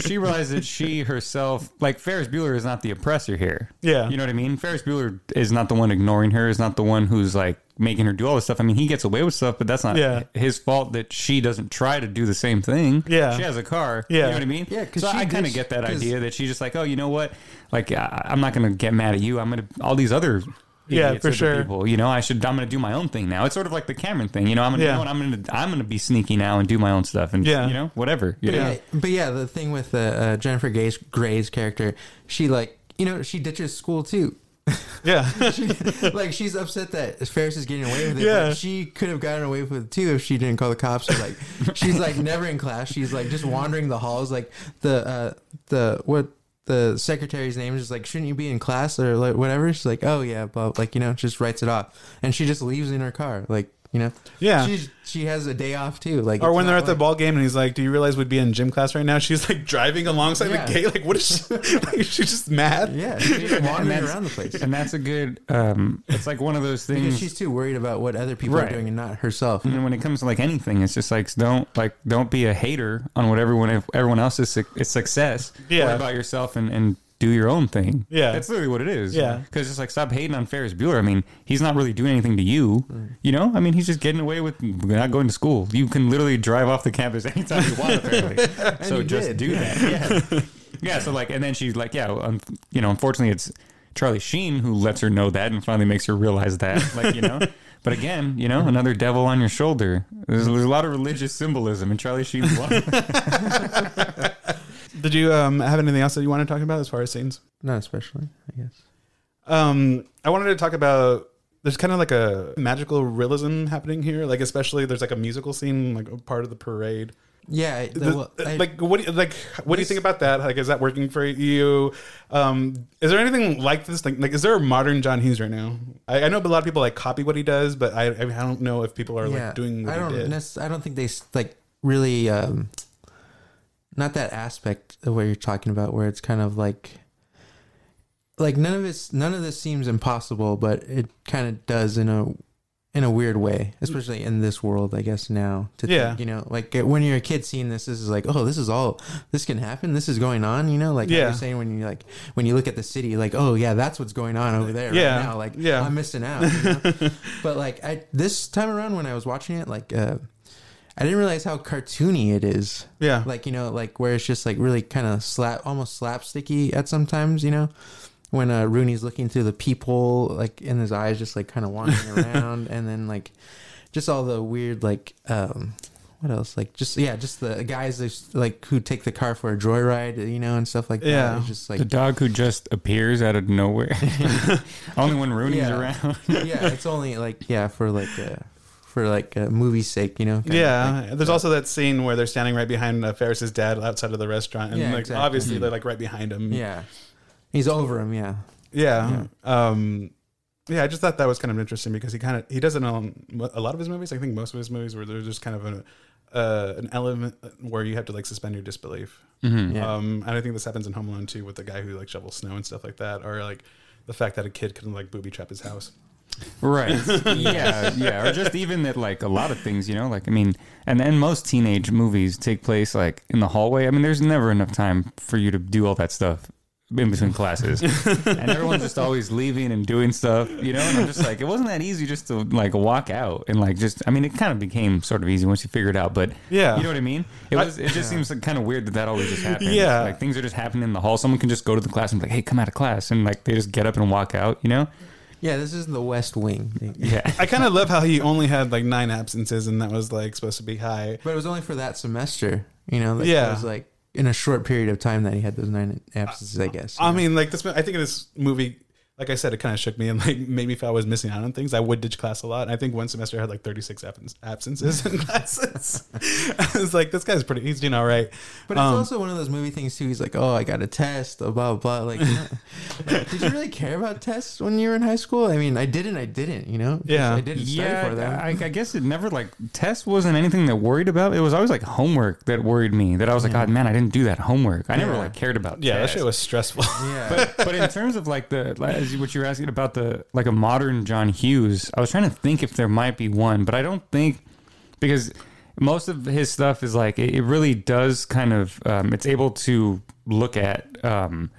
E: she realizes that she herself like Ferris Bueller is not the oppressor here.
D: Yeah.
E: You know what I mean? Ferris Bueller is not the one ignoring her, is not the one who's like making her do all this stuff. I mean, he gets away with stuff, but that's not
D: Yeah.
E: his fault that she doesn't try to do the same thing.
D: Yeah.
E: She has a car.
D: Yeah.
E: You know what I mean?
F: Yeah, 'cause
E: So
F: she
E: I
F: did-
E: kind of get that
F: 'cause-
E: idea that she's just like, oh, you know what? Like, I, I'm not going to get mad at you. I'm going to, all these other.
D: Yeah,
E: idiots
D: for
E: are the
D: sure.
E: People, you know, I should. I'm going to do my own thing now. It's sort of like the Cameron thing. You know, I'm going to.
D: Yeah.
E: You know what? I'm gonna I'm gonna be sneaky now and do my own stuff and
D: Yeah.
E: you know whatever. You know?
F: Yeah. But yeah, the thing with uh, uh, Jennifer Gray's, Gray's character, she like you know she ditches school too.
D: yeah,
F: like she's upset that Ferris is getting away with it.
D: Yeah.
F: But she could have gotten away with it too if she didn't call the cops. She's like she's like never in class. She's like just wandering the halls. Like the uh the what the secretary's name is just like shouldn't you be in class or like whatever. She's like oh yeah, but like you know just writes it off and she just leaves in her car like. You know,
D: Yeah.
F: She's, she has a day off too. Like,
D: or
F: it's
D: when they're
F: not
D: at the
F: like-
D: ball game and he's like, "Do you realize we'd be in gym class right now?" She's like driving alongside
F: Yeah.
D: the gate, like, "What is she?" like, she's just mad.
F: yeah, she's just wandering
E: that's-
F: around the place.
E: And that's a good. Um, it's like one of those
F: Because
E: things.
F: she's too worried about what other people
E: Mm. Right. Mm-hmm.
F: are doing and not herself.
E: and when it comes to like anything, it's just like don't like don't be a hater on what everyone if everyone else's su- is success.
D: Yeah.
E: Worry about yourself and and do your own thing.
D: Yeah.
E: that's literally what it is.
D: Yeah.
E: because it's like stop hating on Ferris Bueller. I mean, he's not really doing anything to you.
F: Mm.
E: You know, I mean, he's just getting away with not going to school. You can literally drive off the campus anytime you want. Apparently, so
F: you
E: just
F: did.
E: do that. Yeah, yeah. So like, and then she's like, yeah, um, you know, unfortunately, it's Charlie Sheen who lets her know that and finally makes her realize that, like you know. But again, you know, another devil on your shoulder. There's, there's a lot of religious symbolism in Charlie Sheen's life.
D: Did you um, have anything else that you want to talk about as far as scenes?
F: Not especially, I guess.
D: Um, I wanted to talk about. There's kind of like a magical realism happening here, like especially there's like a musical scene, like a part of the parade.
F: Yeah, I- the-
D: The- uh,
F: well, I-
D: like what? do you- Like what do you think about that? Like, is that working for you? Um, is there anything like this? Like, like, is there a modern John Hughes right now? I, I know a lot of people like copy what he does, but I, I don't know if people are like doing what
F: I don't
D: he did.
F: nec- I don't think they s- like really um not that aspect of what you're talking about where it's kind of like like none of it's none of this seems impossible but it kind of does in a in a weird way especially in this world I guess now to
D: Yeah.
F: think, you know like uh, when you're a kid seeing this this is like oh this is all this can happen this is going on you know like how
D: Yeah.
F: you're saying when you like when you look at the city like oh yeah that's what's going on over there
D: Yeah.
F: right now like "Oh,
D: Yeah.
F: I'm missing out you know? but like I this time around when I was watching it, like uh, I didn't realize how cartoony it is.
D: Yeah.
F: like you know, like where it's just like really kind of slap, almost slapsticky at sometimes. You know, when uh, Rooney's looking through the peephole, like in his eyes, just like kind of wandering around, and then like just all the weird like. um what else? Like just yeah, just the guys that's, like who take the car for a joyride, you know, and stuff like that.
D: Yeah.
F: It's just like
E: The dog who just appears out of nowhere. Only when Rooney's
F: Yeah.
E: around.
F: yeah, it's only like yeah for like uh, for like uh, movie sake, you know. kinda
D: yeah,
F: like-
D: there's also that scene where they're standing right behind uh, Ferris's dad outside of the restaurant, and
F: Yeah,
D: like
F: exactly. Hmm.
D: obviously they're like right behind him.
F: yeah, he's over him. Yeah,
D: Yeah. Um, yeah, I just thought that was kind of interesting because he kind of he does it on mo- a lot of his movies. I think most of his movies where there's just kind of an uh, an element where you have to like suspend your disbelief.
F: yeah,
D: Um, and I think this happens in Home Alone too with the guy who like shovels snow and stuff like that, or like the fact that a kid can like booby trap his house.
E: Right. yeah. Yeah. Or just even that, like a lot of things, you know, like, I mean, and then most teenage movies take place like in the hallway. I mean, there's never enough time for you to do all that stuff in between classes. and everyone's just always leaving and doing stuff, you know? And I'm just like, it wasn't that easy just to like walk out and like just, I mean, it kind of became sort of easy once you figured it out, but
D: Yeah.
E: you know what I mean? It was, it just seems like kind of weird that that always just happens.
D: Yeah.
E: Like things are just happening in the hall. Someone can just go to the class and be like, hey, come out of class. And like they just get up and walk out, you know?
F: yeah. This is the West Wing, thing.
E: Yeah.
D: I kind of love how he only had like nine absences, and that was like supposed to be high.
F: but it was only for that semester. You know, like,
D: Yeah.
F: It was like in a short period of time that he had those nine absences. I guess. you
D: I
F: know?
D: mean, like this. I think this movie. like I said, it kind of shook me and like made me feel I was missing out on things. I would ditch class a lot. I think one semester I had like 36 abs- absences in classes. I was like, this guy's pretty, he's doing all right.
F: But it's also one of those movie things too. He's like, "Oh, I got a test," blah blah. blah. Like, you know, like, did you really care about tests when you were in high school? I mean, I didn't. I didn't. You know, 'Cause
D: Yeah.
F: I didn't study
E: yeah,
F: for them.
E: I, I guess it never like test wasn't anything that worried about. It was always like homework that worried me. That I was like, oh man, I didn't do that homework. I never
F: Yeah.
E: like cared about.
D: yeah, that
E: tests.
D: shit was stressful.
F: yeah,
E: but but in terms of like the like, as you- what you were asking about the like a modern John Hughes, I was trying to think if there might be one, but I don't think because most of his stuff is like it, it really does kind of um, it's able to look at um,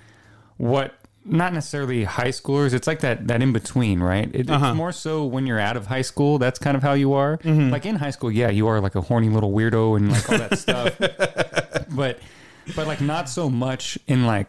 E: what not necessarily high schoolers it's like that that in between right it, it's more so when you're out of high school that's kind of how you are like in high school yeah you are like a horny little weirdo and like all that stuff but but like not so much in like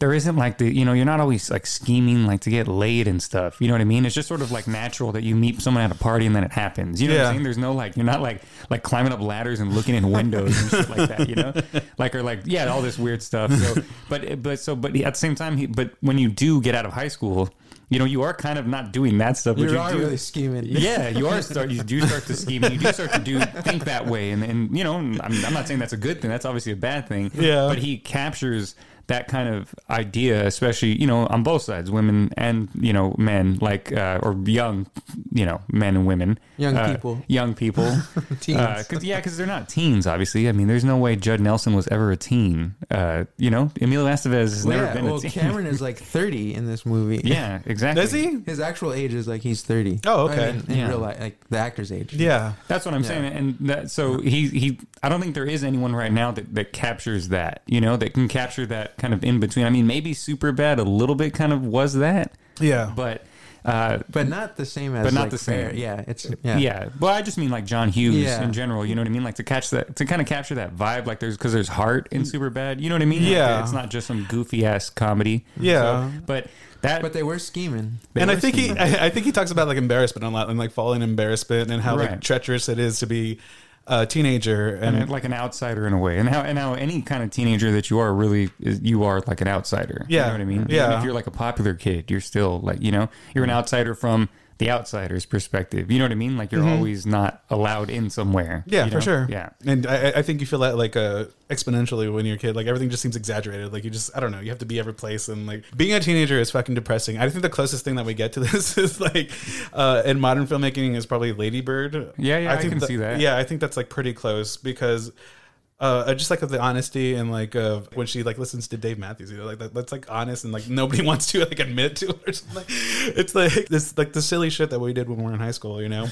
E: there isn't like the you know you're not always like scheming like to get laid and stuff you know what i mean it's just sort of like natural that you meet someone at a party and then it happens you know what
D: Yeah.
E: i'm saying there's no like you're not like like climbing up ladders and looking in windows and shit like that you know like or like yeah all this weird stuff so but but so but at the same time he, but when you do get out of high school you know you are kind of not doing that stuff but
F: you
E: you
F: are
E: do-
F: really scheming.
E: yeah, you are start. You do start to scheme. You do start to do think that way, and and you know, I'm, I'm not saying that's a good thing. That's obviously a bad thing.
D: Yeah.
E: But he captures that kind of idea, especially you know, on both sides, women and you know, men, like uh, or young, you know, men and women,
F: Young
E: Uh,
F: people.
E: young people,
F: Teens.
E: Uh, 'cause- yeah, because they're not teens, obviously. I mean, there's no way Judd Nelson was ever a teen. Uh, you know, Emilio Estevez has
F: Well,
E: never
F: yeah,
E: been
F: well,
E: a teen.
F: Cameron is like 30 in this movie.
E: yeah, exactly.
D: Is he?
F: His actual age is like he's 30.
D: Oh, okay.
F: I mean, in
E: Yeah.
F: real life, like the actor's age.
D: Yeah.
E: That's what I'm saying, and that so he he. I don't think there is anyone right now that that captures that. You know, that can capture that kind of in between. I mean, maybe super bad a little bit kind of was that,
D: Yeah.
E: but uh,
F: But not the same as
E: But not
F: like,
E: the same.
F: Fair. Yeah, it's
E: yeah.
F: yeah.
E: Well, I just mean like John Hughes
F: Yeah.
E: in general. You know what I mean? Like to catch that to kind of capture that vibe. Like there's because there's heart in super bad. You know what I mean? Like,
D: Yeah.
E: it's not just some goofy ass comedy.
D: Yeah.
E: So, but that.
F: But they were scheming.
E: they
D: and I
E: were
D: think he,
E: scheming.
D: I, I think he talks about like embarrassment a lot, and like falling embarrassment, and how like
E: Right.
D: treacherous it is to be a teenager. And,
E: and like an outsider in a way, and how and how any kind of teenager that you are really is, you are like an outsider.
D: Yeah.
E: you know what I mean.
D: Yeah. Mm-hmm.
E: Even if you're like a popular kid, you're still like you know you're an outsider from the outsider's perspective. You know what I mean? Like you're always not allowed in somewhere.
D: Mm-hmm. yeah,
E: you
D: for
E: know?
D: sure.
E: Yeah.
D: and I, I- I think you feel that like uh, exponentially when you're a kid. Like everything just seems exaggerated. Like you just I don't know. You have to be every place, and like being a teenager is fucking depressing. I think the closest thing that we get to this is like uh, in modern filmmaking is probably Lady Bird.
E: Yeah, yeah, I
D: think
E: can see that.
D: Yeah, I think that's like pretty close because. uh, uh, just like of the honesty and like uh, when she like listens to Dave Matthews, you know, like that, that's like honest and like nobody wants to like admit to it or something. It's like this like the silly shit that we did when we were in high school, you know.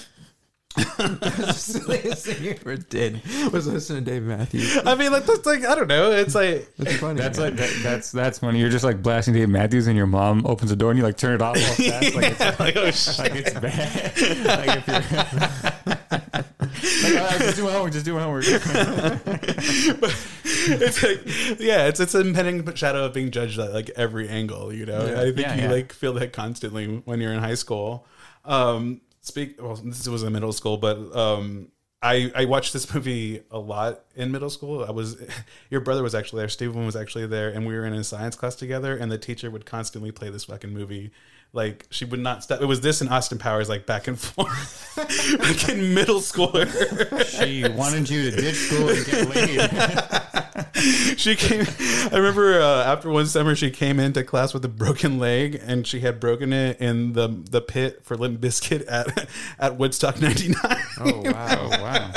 F: the silliest thing you ever did was listen to Dave Matthews.
D: I mean, like that's like I don't know. It's like
F: It's funny.
E: That's like that, that's that's when you're just like blasting Dave Matthews and your mom opens the door and you like turn it off all fast like it's
D: like oh shit.
E: like it's bad. like if you're like, "Oh, just do homework, just do homework.
D: it's like yeah, it's it's an impending shadow of being judged at like every angle. You know, I think
E: Yeah,
D: you
E: yeah.
D: like feel that constantly when you're in high school. Um, speak. Well, this was in middle school, but um, I I watched this movie a lot in middle school. I was your brother was actually there. Stephen was actually there, and we were in a science class together. And the teacher would constantly play this fucking movie. Like she would not stop. It was this and Austin Powers like back and forth, like in middle schooler.
E: she wanted you to ditch school and get laid.
D: she came i remember uh, after one summer she came into class with a broken leg and she had broken it in the the pit for limp biscuit at at woodstock 99
E: Oh wow! wow!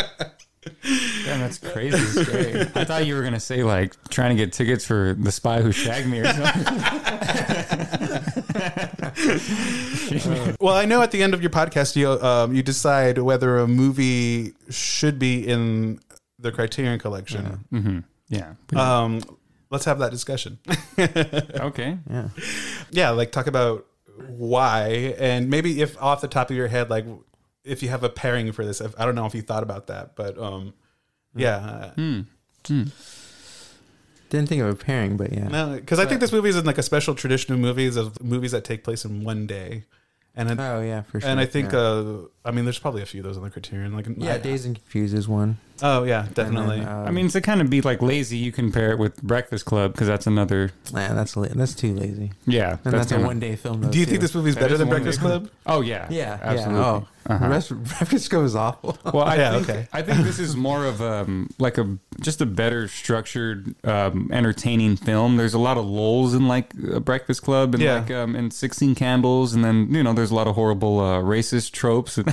E: Damn, that's crazy. That's great. I thought you were gonna say like trying to get tickets for the spy who shagged me or something.
D: well i know at the end of your podcast you um, you decide whether a movie should be in the criterion collection
E: yeah. Mm-hmm.
D: um let's have that discussion
E: okay.
D: yeah like talk about why and maybe if off the top of your head like if you have a pairing for this if, i don't know if you thought about that but um yeah uh,
F: Didn't think of a pairing, but yeah.
D: No, because I think this movie is in like a special tradition of movies of movies that take place in one day, and I,
F: Oh yeah, for sure.
D: and I think
F: yeah,
D: uh, I mean there's probably a few of those on the Criterion. Like
F: yeah
D: I-
F: Days and Confused is one.
D: Oh yeah, definitely.
F: And then, um,
E: I mean, it's to kind of be like lazy, you can pair it with Breakfast Club because that's another.
F: nah, that's la- that's too lazy.
E: Yeah,
F: And that's, a
E: kinda-
F: one day film. Though,
D: Do you think
F: too.
D: this movie's
E: That
D: better
E: is
D: than
E: one
D: Breakfast
E: way.
D: Club?
E: Oh yeah,
F: Yeah,
E: absolutely.
F: Yeah. Oh,
E: Uh-huh.
F: the rest breakfast Club is awful.
E: Well, I
D: Yeah,
E: think,
D: okay.
E: I think this is more of um like a just a better structured, um, entertaining film. There's a lot of lulls in like uh, Breakfast Club and
D: Yeah.
E: like um and Sixteen Candles, and then you know there's a lot of horrible uh, racist tropes and,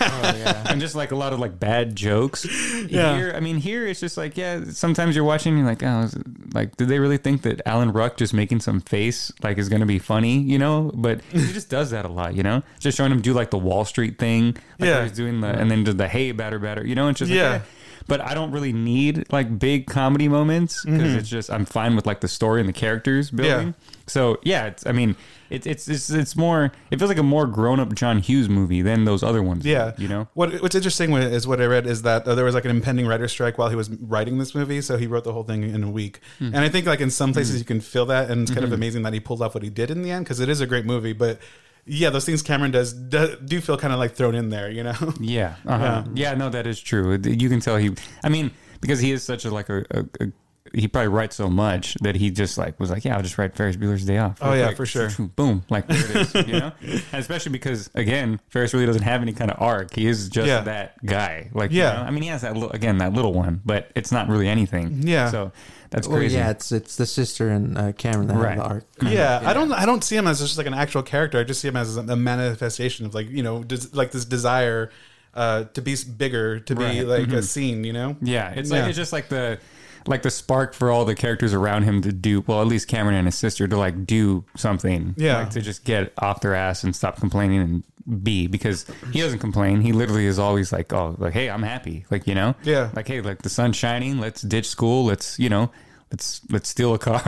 E: and just like a lot of like bad jokes.
D: Yeah.
E: Here, I mean, here it's just like yeah. Sometimes you're watching, you're like, oh, is it- like did they really think that Alan Ruck just making some face like is gonna be funny, you know? But he just does that a lot, you know. Just showing him do like the Wall Street thing, like
D: Yeah.
E: where he's doing the and then did the hey batter batter, you know? It's just like,
D: Yeah.
E: yeah. But I don't really need like big comedy moments because
D: Mm-hmm.
E: it's just I'm fine with like the story and the characters building. So yeah, it's I mean it's it's it's it's more it feels like a more grown up John Hughes movie than those other ones.
D: Yeah,
E: you know.
D: what what's interesting wa- is what I read is that uh, there was like an impending writer's strike while he was writing this movie, so he wrote the whole thing in a week.
F: Hmm.
D: And I think like in some places you can feel that, and it's kind of amazing that he pulled off what he did in the end because it is a great movie. But yeah, those things Cameron does do, do feel kind of like thrown in there, you know?
E: Yeah, uh-huh. yeah, No, that is true. It- You can tell he. I mean, because he is such a like a. a, a he probably writes so much that he just like was like, yeah, I'll just write Ferris Bueller's Day Off.
D: Oh, yeah,
E: Like,
D: for sure.
E: Boom, like there it is, you know. And especially because again, Ferris really doesn't have any kind of arc. He is just
D: Yeah.
E: that guy. Like, you
D: Yeah.
E: know? I mean, he has that little, again that little one, but it's not really anything.
D: Yeah.
E: so that's
F: Well,
E: crazy.
F: yeah, it's it's the sister and uh, Cameron that
E: Right.
F: have the art.
D: Yeah, I don't. I don't see him as just like an actual character. I just see him as a manifestation of like you know, des- like this desire uh, to be s- bigger, to be
E: Right. Mm-hmm.
D: like a scene. You know?
E: Yeah, it's
D: Yeah.
E: like it's just like the like the spark for all the characters around him to do well, at least Cameron and his sister to like do something.
D: Yeah.
E: Like to just get off their ass and stop complaining and be because he doesn't complain. He literally is always like, Oh, like, hey, I'm happy. Like, you know?
D: Yeah.
E: Like, hey, like the sun's shining, let's ditch school, let's you know, let's let's steal a car.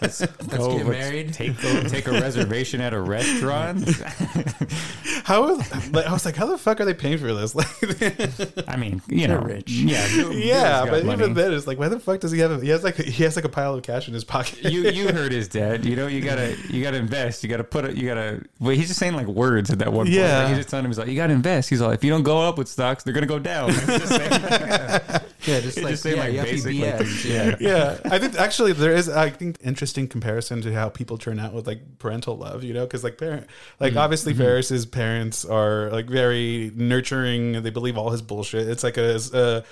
E: let's go,
F: get married.
E: Take take a reservation at a restaurant.
D: How? Like, I was like, how the fuck are they paying for this? Like,
E: I mean, you know,
F: rich.
E: Yeah,
D: yeah,
E: Bill's got
D: but
E: money.
D: even then, it's like, why the fuck does he have? He has like he has like a pile of cash in his pocket.
E: you you heard his dad. You know you gotta you gotta invest. You gotta put it. You gotta. Wait, he's just saying like words at that one point.
D: Yeah.
E: Like, he's just telling him he's like you gotta invest. He's like if you don't go up with stocks, they're gonna go down. It's just saying-
F: Yeah, just
E: it's
F: like,
E: just saying
F: yeah,
E: like
F: you have to
E: basic.
F: BS.
E: like, yeah.
D: yeah, I think actually there is. I think interesting comparison to how people turn out with like parental love, you know, because like parent, like
F: Mm-hmm.
D: obviously Ferris's parents are like very nurturing. They believe all his bullshit. It's like a a,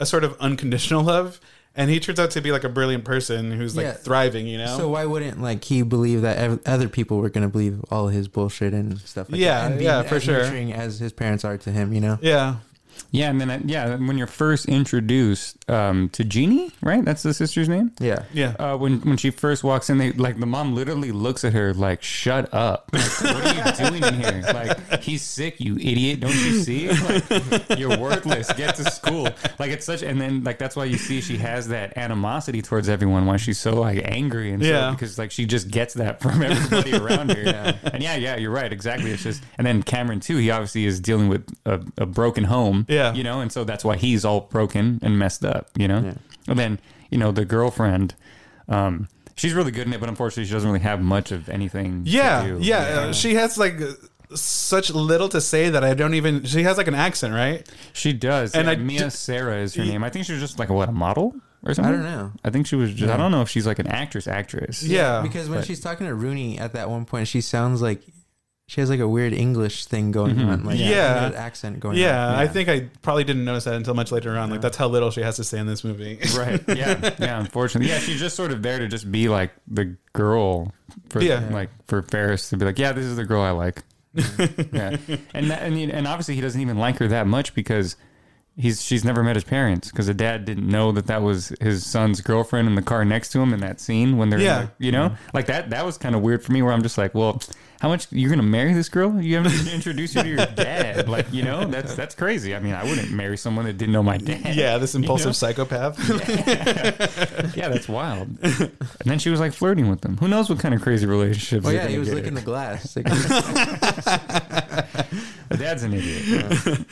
D: a sort of unconditional love, and he turns out to be like a brilliant person who's like
F: Yeah.
D: thriving, you know.
F: So why wouldn't like he believe that ev- other people were gonna believe all his bullshit and stuff? Like
D: Yeah,
F: that, and
D: yeah, for
F: as
D: sure.
F: nurturing as his parents are to him, you know.
D: yeah,
E: Yeah, and then uh, yeah, when you're first introduced um, to Jeannie, right? That's the sister's name.
F: Yeah,
D: yeah.
E: Uh, when when she first walks in, they like the mom literally looks at her like, "Shut up! Like, what are you doing in here? Like he's sick, you idiot! Don't you see? Like, you're worthless. Get to school. Like it's such, and then like that's why you see she has that animosity towards everyone. Why she's so like angry and
D: Yeah.
E: so because like she just gets that from everybody around her. And yeah, yeah, you're right, exactly. It's just, and then Cameron too. He obviously is dealing with a, a broken home.
D: Yeah.
E: you know, and so that's why he's all broken and messed up. You know. And then, you know, the girlfriend, um, she's really good in it, but unfortunately, she doesn't really have much of anything. to
D: Yeah,
E: do.
D: yeah. uh, She has like such little to say that I don't even. She has like an accent, right?
E: she does.
D: And
E: And
D: I
E: Mia
D: d-
E: Sarah is her name. I think she was just like what a model or something.
F: know.
E: I think she was. just I don't know if she's like an actress, actress.
D: Yeah,
F: Because when
E: but-
F: she's talking to Rooney at that one point, she sounds like she has like a weird English thing going on, like
D: Yeah.
F: an accent going.
D: yeah,
F: on.
D: I think I probably didn't notice that until much later on. Like that's how little she has to say in this movie.
E: Right. Yeah. Yeah. Unfortunately, yeah. She's just sort of there to just be like the girl for
D: Yeah.
E: like for Ferris to be like, yeah, this is the girl I like. yeah. And that, and you- and obviously he doesn't even like her that much because he's she's never met his parents because the dad didn't know that that was his son's girlfriend in the car next to him in that scene when they're in
D: Yeah. Mm-hmm.
E: the- you know like that that was kind of weird for me where I'm just like, well. How much you're gonna marry this girl? You haven't even introduced her to your dad, like you know that's that's crazy. I mean, I wouldn't marry someone that didn't know my dad.
D: yeah, this
E: you know?
D: impulsive psychopath.
E: Yeah, that's wild. and then she was like flirting with him. Who knows what kind of crazy relationships?
F: Oh
E: they're
F: yeah, he
E: gonna
F: was
E: get
F: licking
E: in.
F: the glass. Like,
E: The dad's an idiot.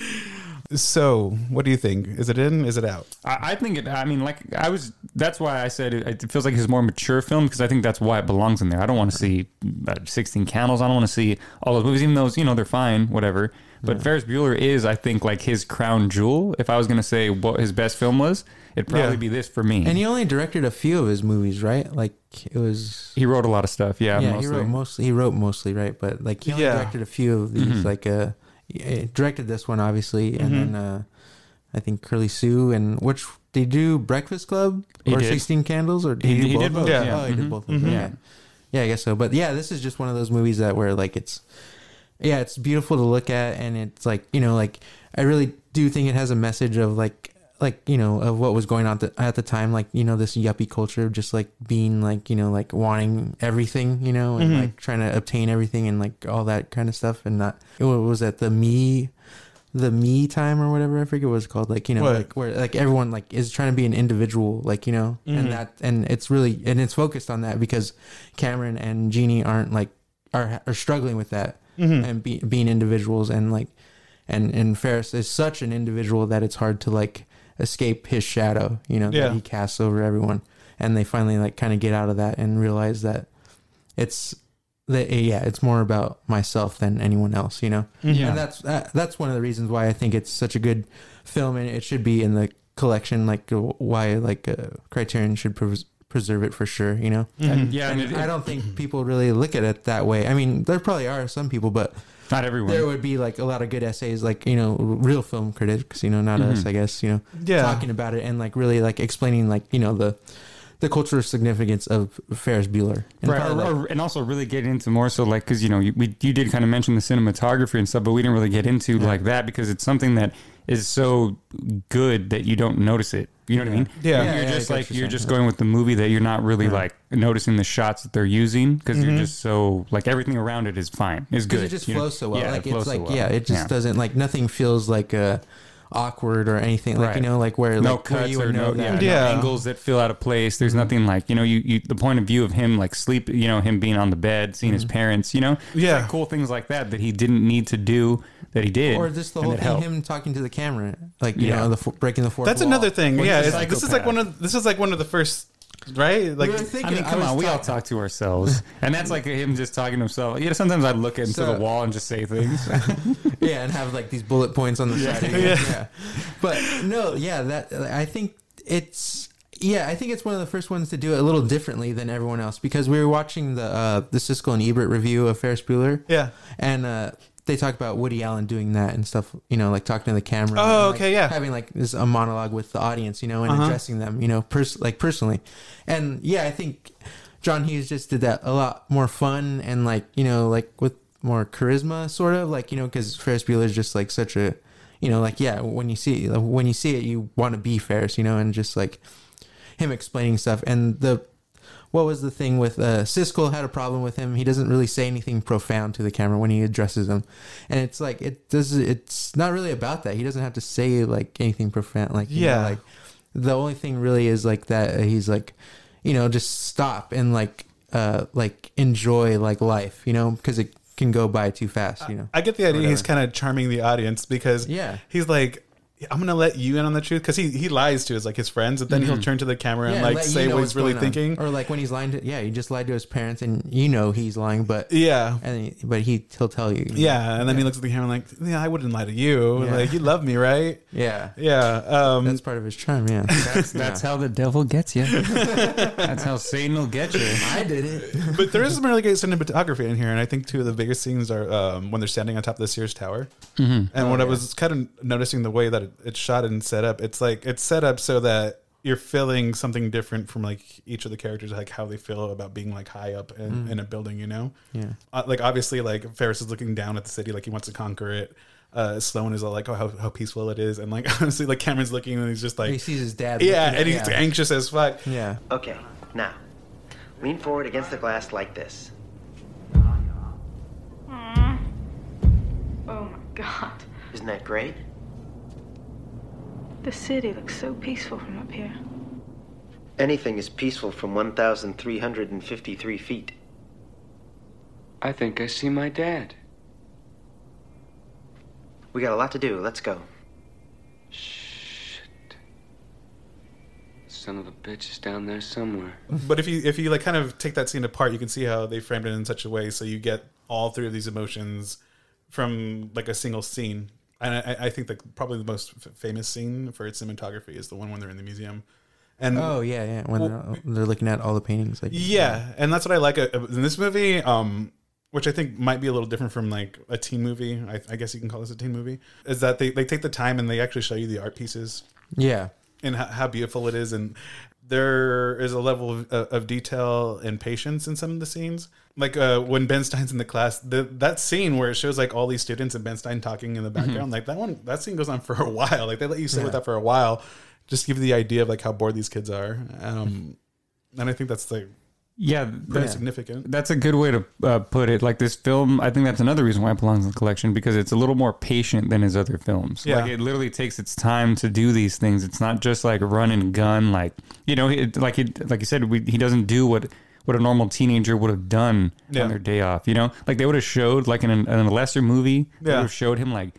D: so, what do you think? Is it in? Is it out?
E: I, I think it. I mean, like I was. That's why I said it, it feels like his more mature film because I think that's why it belongs in there. I don't want to see uh, Sixteen Candles. I don't want to see all those movies, even those you know they're fine, whatever. But Ferris Bueller is, I think, like his crown jewel. If I was gonna say what his best film was, it'd probably
D: Yeah.
E: be this for me.
F: And he only directed a few of his movies, right? Like it was.
E: He wrote a lot of stuff. Yeah,
F: yeah,
E: mostly.
F: he wrote mostly. He wrote mostly, right? But like he only
D: Yeah.
F: directed a few of these.
E: Mm-hmm.
F: Like uh, he directed this one obviously, and then uh, I think Curly Sue and which did he do Breakfast Club
E: He
F: or
E: did.
F: Sixteen Candles or did
E: He-
F: he, do
E: he
F: both?
E: did both,
F: of
D: yeah.
F: them? Oh, he did both. of them,
E: Mhm.
F: Yeah. yeah, I guess so. But yeah, this is just one of those movies that where like it's yeah, it's beautiful to look at, and it's like you know, like I really do think it has a message of like, like you know, of what was going on th- at the time, like you know, this yuppie culture, of just like being like you know, like wanting everything, you know,
E: Mm-hmm.
F: and like trying to obtain everything and like all that kind of stuff, and not what was that the me. The me time or whatever I forget what it's called, like you know,
D: What?
F: like where like everyone like is trying to be an individual, like you know,
D: Mm-hmm.
F: and that and it's really and it's focused on that because Cameron and Jeannie aren't like are are struggling with that
D: Mm-hmm.
F: and be, being individuals and like and and Ferris is such an individual that it's hard to like escape his shadow, you know,
D: Yeah.
F: that he casts over everyone. And they finally like kind of get out of that and realize that it's that yeah, it's more about myself than anyone else, you know.
E: Yeah.
F: And that's that, that's one of the reasons why I think it's such a good film and it should be in the collection like why like uh, Criterion should pres- preserve it for sure, you know.
E: And- Mm-hmm. yeah, and
F: And
E: it-
F: I don't think people really look at it that way. I mean, there probably are some people, but
E: not everyone.
F: there would be like a lot of good essays, like you know, real film critics, you know, not
E: Mm-hmm.
F: us, I guess, you know,
D: Yeah.
F: talking about it and like really like explaining like you know the the cultural significance of Ferris Bueller, and
E: right, or,
F: probably, like-
E: or- and also really get into more so like because you know you, we, you did kind of mention the cinematography and stuff, but we didn't really get into like that because it's something that is so good that you don't notice it. You know what I mean?
D: Yeah.
E: you're
F: Yeah, yeah,
E: just
F: I
E: like
F: get what you're
E: you're
F: saying.
E: just going with the movie that you're not really like noticing the shots that they're using because you're just so like everything around it is fine, is
F: 'cause
E: good.
F: Mm-hmm. it just
E: you know?
F: flows so well.
E: Yeah,
F: like
E: it flows
F: it's
E: so
F: like
E: well.
F: yeah, it just doesn't like nothing feels like uh awkward or anything like you
E: Right.
F: know like
E: no
F: where like where
E: cuts
F: you would
E: or no,
F: know
E: yeah,
F: that-
E: no
D: Yeah.
E: angles that feel out of place. There's nothing like you know you, you the point of view of him like sleep you know him being on the bed seeing
F: Mm-hmm.
E: his parents you know
D: Yeah.
E: Like, cool things like that that he didn't need to do that he did
F: or just the
E: and
F: whole
E: that
F: thing
E: helped.
F: him talking to the camera like you
E: Yeah.
F: know the fo- breaking the fourth
D: That's
F: wall.
D: another thing.
E: Well,
D: yeah,
E: he's a
D: it's, this is like
E: psychopath.
D: one of this is like one of the first, right? Like
F: We were
E: I
F: thinking-
E: mean, come
F: was
E: on, we all
F: talking-
E: talk to ourselves, and that's like him just talking to himself. You know, sometimes I look into
F: So-
E: the wall and just say things.
F: yeah, and have like these bullet points on the side. of it. Yeah. but no, yeah, that I think it's yeah, I think it's one of the first ones to do it a little differently than everyone else because we were watching the uh, the Siskel and Ebert review of Ferris Bueller.
D: Yeah.
F: and uh, they talk about Woody Allen doing that and stuff. You know, like talking to the camera.
D: Oh,
F: and, like,
D: okay, yeah. Uh-huh.
F: having like this a monologue with the audience. You know, and addressing them. You know, pers- like personally, and yeah, I think. John Hughes just did that a lot more fun and like you know like with more charisma sort of like you know because Ferris Bueller is just like such a you know like yeah when you see like, when you see it you want to be Ferris you know and just like him explaining stuff and the what was the thing with uh, Siskel had a problem with him he doesn't really say anything profound to the camera when he addresses them and it's like it does it's not really about that he doesn't have to say like anything profound like you know,
D: Yeah.
F: like the only thing really is like that he's like you know just stop and like uh like enjoy like life you know because it can go by too fast you know
D: I get the idea he's kind of charming the audience because
F: Yeah.
D: he's like, I'm gonna let you in on the truth because he he lies to his like his friends, and then he'll turn to the camera and
F: Mm-hmm. Yeah,
D: like
F: let you
D: say
F: know
D: what
F: what's
D: he's really
F: going on.
D: thinking.
F: or like when he's lying to yeah he just lied to his parents and you know he's lying but
D: yeah,
F: and he, but he he'll tell you
D: yeah, and then he looks at the camera like, yeah, I wouldn't lie to you.
F: Yeah.
D: Like you love me, right?
F: yeah
D: Yeah. Um,
F: that's part of his charm yeah
E: That's, that's how the devil gets you. that's how Satan will get you.
F: i did it
D: but there is some really great cinematography in here, and I think two of the biggest scenes are um, when they're standing on top of the Sears Tower. And
F: Oh,
D: when I was kind of noticing the way that it, it's shot and set up, it's like it's set up so that you're feeling something different from like each of the characters, like how they feel about being like high up in, in a building, you know?
F: Mm. Yeah.
D: Uh, like obviously, like Ferris is looking down at the city, like he wants to conquer it. Uh, Sloan is all like, oh, how, how peaceful it is, and like honestly, like Cameron's looking and he's just like,
F: he sees his dad
D: yeah,
F: looking at-
D: and he's
F: yeah.
D: anxious as fuck.
F: yeah
K: Okay, now, lean forward against the glass like this.
J: Oh my god.
K: Isn't that great?
J: The city looks so peaceful from up here.
K: Anything is peaceful from 1,353 feet.
I: I think I see my dad.
K: We got a lot to do. Let's go.
I: Shit. Son of a bitch is down there somewhere.
D: But if you if you like kind of take that scene apart, you can see how they framed it in such a way so you get all three of these emotions from like a single scene. And I, I think that probably the most f- famous scene for its cinematography is the one when they're in the museum. And
F: oh yeah, yeah. When
D: Well,
F: they're, they're looking at all the paintings, like
D: yeah, and that's what I like uh, in this movie, um, which I think might be a little different from like a teen movie. I, I guess you can call this a teen movie. Is that they, they take the time and they actually show you the art pieces
F: yeah,
D: and how, how beautiful it is and there is a level of, uh, of detail and patience in some of the scenes like uh, when ben stein's in the class the, that scene where it shows like all these students and ben stein talking in the
E: Mm-hmm.
D: background like that one that scene goes on for a while like they let you sit with that for a while just give you the idea of like how bored these kids are um, and i think that's like
E: Yeah,
D: pretty
E: that's,
D: significant
E: that's a good way to uh, put it. Like this film, I think that's another reason why it belongs in the collection because it's a little more patient than his other films.
D: Yeah.
E: Like it literally takes its time to do these things. It's not just like run and gun. Like you know, it, like it, like you said, we, he doesn't do what what a normal teenager would have done
D: Yeah.
E: on their day off. You know, like they would have showed like in, an, in a lesser movie, they
D: Yeah.
E: would have showed him like.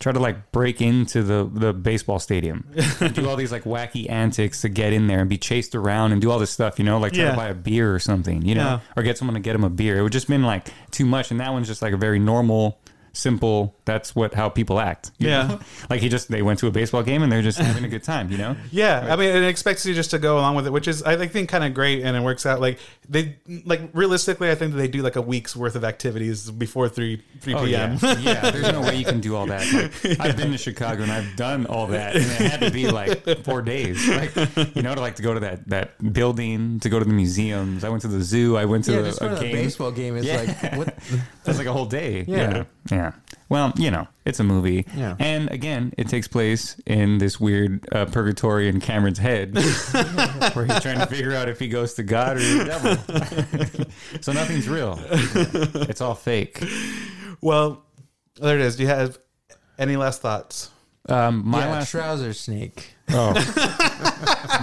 E: Try to like break into the, the baseball stadium, and do all these like wacky antics to get in there and be chased around and do all this stuff, you know, like try
D: Yeah.
E: to buy a beer or something, you know,
D: Yeah.
E: or get someone to get him a beer. It would just been like too much, and that one's just like a very normal, simple. That's what how people act. you
D: Yeah.
E: know? like he just they went to a baseball game and they're just having a good time, you know.
D: Yeah, I mean, it expects you just to go along with it, which is I like, think kind of great, and it works out. Like they, like realistically, I think that they do like a week's worth of activities before three three
E: Oh,
D: p.m.
E: Yeah. yeah, there's no way you can do all that. Like, I've been to Chicago and I've done all that, and it had to be like four days. Like, you know, to like to go to that that building, to go to the museums. I went to the zoo. I went to
F: yeah.
E: the,
F: Just
E: a
F: going to a
E: game.
F: baseball game is
E: Yeah.
F: like what?
E: That's like a whole day.
F: Yeah.
E: yeah. Yeah. Well, you know, it's a movie.
F: Yeah.
E: And again, it takes place in this weird uh, purgatory in Cameron's head where he's trying to figure out if he goes to God or the devil. so nothing's real. It's all fake.
D: Well, Oh, there it is. Do you have any last thoughts?
E: Um, my
F: yeah,
E: last.
F: trouser snake.
E: oh.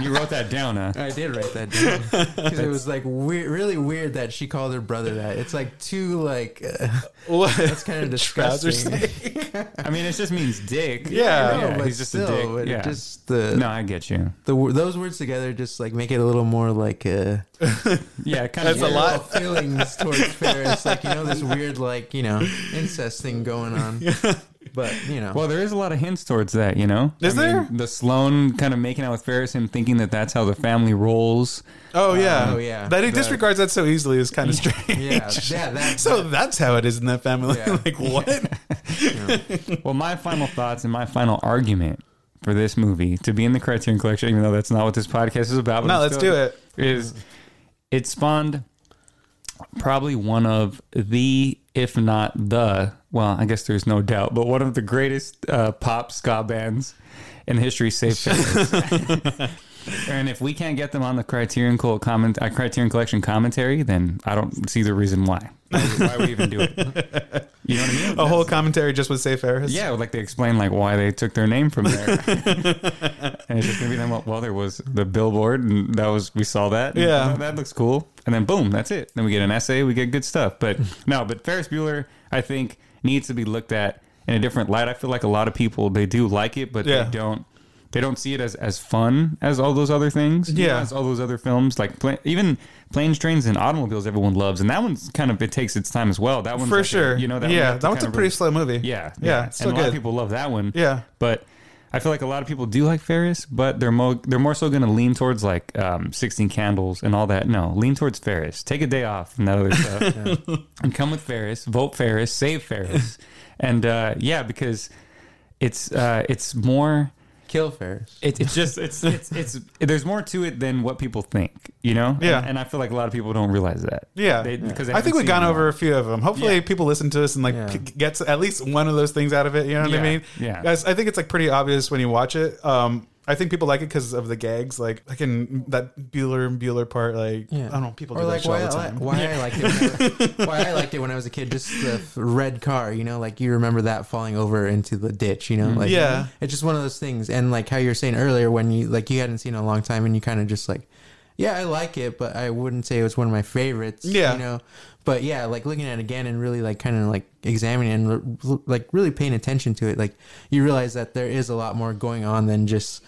E: you wrote that down, huh?
F: I did write that down because it was like weird, really weird that she called her brother that. It's like too like uh, that's kind of
D: Trouser
F: disgusting.
E: I mean, it just means dick.
D: Yeah.
F: No, but
E: he's just
F: still,
E: a
F: but
E: dick.
F: it
E: Yeah.
F: Just the
E: no, I get you.
F: the wor- those words together just like make it a little more like uh,
E: Yeah, kind of.
D: That's a lot.
F: all feelings towards Ferris, like you know this weird like you know incest thing going on. But you know,
E: Well, there is a lot of hints towards that, you know.
D: Is there?
E: the Sloan kind of making out with Ferris, him thinking that that's how the family rolls.
D: Oh yeah,
E: um,
F: oh, yeah.
D: That he
F: The-
D: disregards that so easily is kind of strange.
F: yeah, yeah, that,
D: So that's how it is in that family.
F: Yeah.
D: like what?
E: Well, my final thoughts and my final argument for this movie to be in the Criterion Collection, even though that's not what this podcast is about. but
D: No,
E: I'm
D: let's
E: still-
D: do it.
E: Is it spawned probably one of the, if not the, well, I guess there's no doubt, but one of the greatest uh, pop ska bands in history, Safe Ferris. and if we can't get them on the Criterion Col- comment, uh, Criterion Collection commentary, then I don't see the reason why. Why would- why would we even do it? You know what I mean?
D: A whole commentary just with Safe Ferris.
E: Yeah, like they explain like why they took their name from there. and it's just gonna be them. Well, there was the billboard, and that was we saw that. and
D: Yeah.
E: that looks cool. And then boom, that's it. Then we get an essay, we get good stuff. But no, but Ferris Bueller, I think, needs to be looked at in a different light. I feel like a lot of people they do like it, but
D: Yeah.
E: they don't. They don't see it as, as fun as all those other things. you know,
D: Yeah.
E: as all those other films, like pla- even planes, trains, and automobiles, everyone loves, and that one's kind of it takes its time as well. That one's
D: for
E: like a-
D: sure.
E: you know, that one you
D: yeah,
E: have to
D: that one's a
E: kind of
D: pretty
E: really-
D: slow movie.
E: yeah,
D: yeah, it's still
E: and a lot of
D: good.
E: people love that one.
D: Yeah.
E: but I feel like a lot of people do like Ferris, but they're more they're more so going to lean towards like um, Sixteen Candles and all that. No, lean towards Ferris. Take a day off and that other stuff, and come with Ferris. Vote Ferris. Save Ferris. and uh, yeah, because it's uh, it's more.
F: kill Ferris.
E: It, it's just it's, it's it's there's more to it than what people think, you know.
D: Yeah.
E: and, and I feel like a lot of people don't realize that.
D: Yeah,
E: They- because they
D: I think
E: haven't
D: we've
E: seen
D: gone
E: it all.
D: over a few of them. Hopefully,
E: Yeah.
D: people listen to us and like
F: Yeah.
D: g- gets at least one of those things out of it. You know what I
E: Yeah,
D: mean?
E: yeah.
D: Guys, I think it's like pretty obvious when you watch it. Um, I think people like it because of the gags, like like in that Bueller and Bueller part. Like I don't know, people
F: or
D: do
F: like
D: like that shit all
F: why,
D: the
F: I,
D: time.
F: why I liked it. When I, why I liked it when I was a kid, just the f- red car. You know, like you remember that falling over into the ditch. You know, like
D: Yeah.
F: it's just one of those things. And like how you were saying earlier, when you like you hadn't seen it in a long time, and you kind of just like, yeah, I like it, but I wouldn't say it was one of my favorites.
D: Yeah.
F: you know, but yeah, like looking at it again and really like kind of like examining and l- l- like really paying attention to it, like you realize that there is a lot more going on than just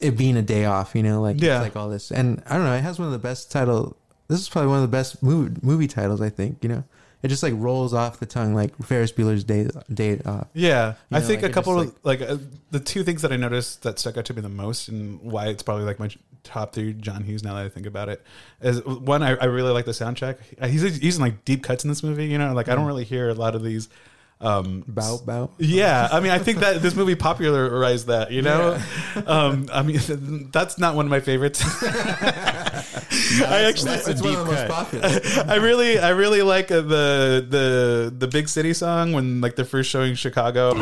F: it being a day off, you know, like
D: Yeah.
F: it's like all this. And I don't know, it has one of the best title. This is probably one of the best movie, movie titles, I think. You know, it just like rolls off the tongue like Ferris Bueller's Day Day Off.
D: Yeah,
F: You
D: I
F: know,
D: think a
F: like, it
D: couple
F: just,
D: of like uh, the two things that I noticed that stuck out to me the most, and why it's probably like my top three John Hughes. Now that I think about it, is one I, I really like the soundtrack. Uh, He's using like deep cuts in this movie. You know, like
F: Mm.
D: I don't really hear a lot of these. Um,
F: bow bow.
D: Yeah, I mean, I think that this movie popularized that. You know, um, I mean, that's not one of my favorites. I actually,
E: That's a
F: It's one
E: deep
F: of the most
E: cut.
F: popular.
D: I really, I really like uh, the the the big city song when like they're first showing Chicago.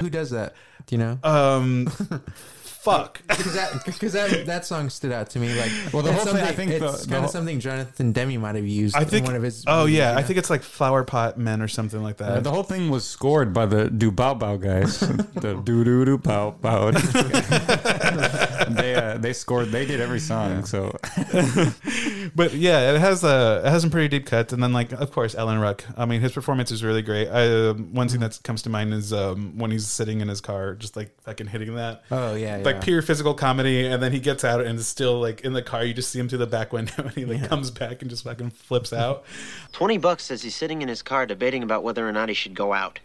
F: Who does that? Do you know?
E: Uh,
D: Um, fuck.
F: Because that, because that, that song stood out to me. Like,
E: Well, the
F: that's
E: whole thing, I
F: something-
E: think the-
F: it's
E: the
F: kind
E: whole-
F: of something Jonathan Demi might have used
D: I think
F: in one of his.
D: Oh
F: movies,
D: yeah,
F: you
D: I
F: know?
D: think it's like Flower Pot Men or something like
E: Uh,
D: that.
E: the whole thing was scored by the do bow bow guys. the do do do bow bow. they uh, they scored. They did every song. So
D: but yeah, it has a it has some pretty deep cuts, and then like of course Alan Ruck. I mean, his performance is really great. I, um, one scene
F: Mm-hmm.
D: that comes to mind is um, when he's sitting in his car, just like fucking hitting that.
F: Oh, yeah,
D: like
F: yeah.
D: pure physical comedy, and then he gets out and is still like in the car. You just see him through the back window, and he like comes back and just fucking flips out.
K: 20 bucks says he's sitting in his car debating about whether or not he should go out.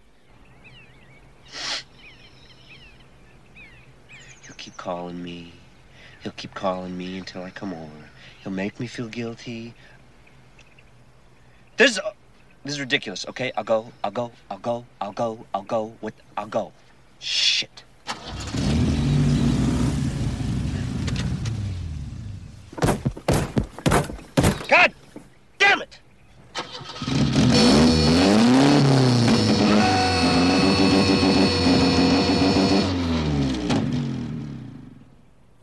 K: He'll keep calling me. He'll keep calling me until I come over. He'll make me feel guilty. This is, this is ridiculous, okay? I'll go, I'll go, I'll go, I'll go, I'll go, with, I'll go. Shit. God damn it!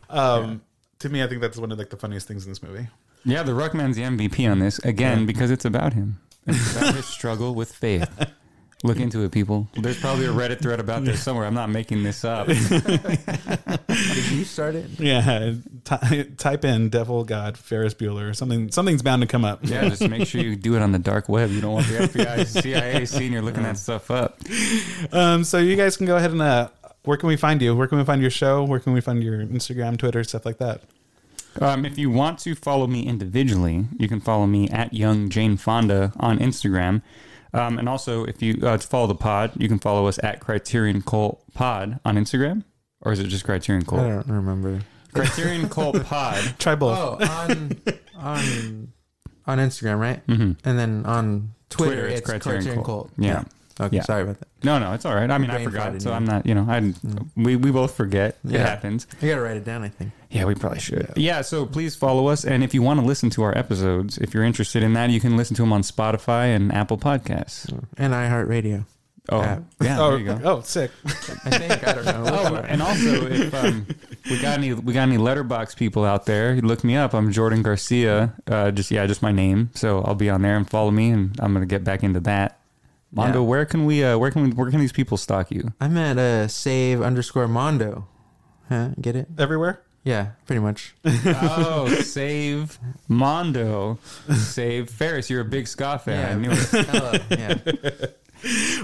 D: Um, To me, I think that's one of like the funniest things in this movie.
E: yeah, the Ruckman's the MVP on this again because it's about him. It's about his struggle with faith. Look into it, people. There's probably a Reddit thread about this somewhere. I'm not making this up.
F: Did you start it?
D: Yeah, ty- type in Devil God Ferris Bueller. Something something's bound to come up.
E: Yeah, just make sure you do it on the dark web. You don't want the FBI, CIA senior looking that stuff up.
D: Um, so you guys can go ahead and uh, where can we find you? Where can we find your show? Where can we find your Instagram, Twitter, stuff like that?
E: Um, if you want to follow me individually, you can follow me at Young Jane Fonda on Instagram. Um, and also, if you uh, to follow the pod, you can follow us at Criterion Cult Pod on Instagram, or is it just Criterion
F: I
E: Cult?
F: don't remember.
E: Criterion Cult Pod.
D: Try both.
F: Oh, on on on Instagram, right? And then on Twitter,
E: Twitter, it's
F: it's,
E: Criterion
F: Criterion,
E: Cult.
F: Cult.
E: Mm-hmm. Yeah.
F: Okay,
E: Yeah.
F: sorry about that.
E: No, no, it's all right. I mean, I
F: Brain
E: forgot,
F: farted,
E: so
F: yeah. Mm.
E: I'm not. You know, I we we both forget. It
F: Yeah.
E: happens.
F: I gotta write it down. I think.
E: Yeah, we probably should. Yeah, so please follow us. And if you want to listen to our episodes, if you're interested in that, you can listen to them on Spotify and Apple Podcasts.
F: And iHeartRadio.
E: Oh,
F: Mm. App.
E: yeah,
D: Oh,
E: there you go.
D: oh, sick.
F: I think I don't know.
E: Oh, and also, if um, we got any we got any letterbox people out there, you look me up. I'm Jordan Garcia. Uh, just yeah, just my name. So I'll be on there and follow me, and I'm gonna get back into that. Mondo,
F: Yeah.
E: where can we? Uh, where can we? Where can these people stalk you?
F: I'm at uh, save underscore mondo. Huh? Get it?
D: Everywhere.
F: Yeah, pretty much.
E: Oh, save Mondo, save Ferris. You're a big ska fan.
F: yeah,
E: I knew it.
F: Hello. Yeah.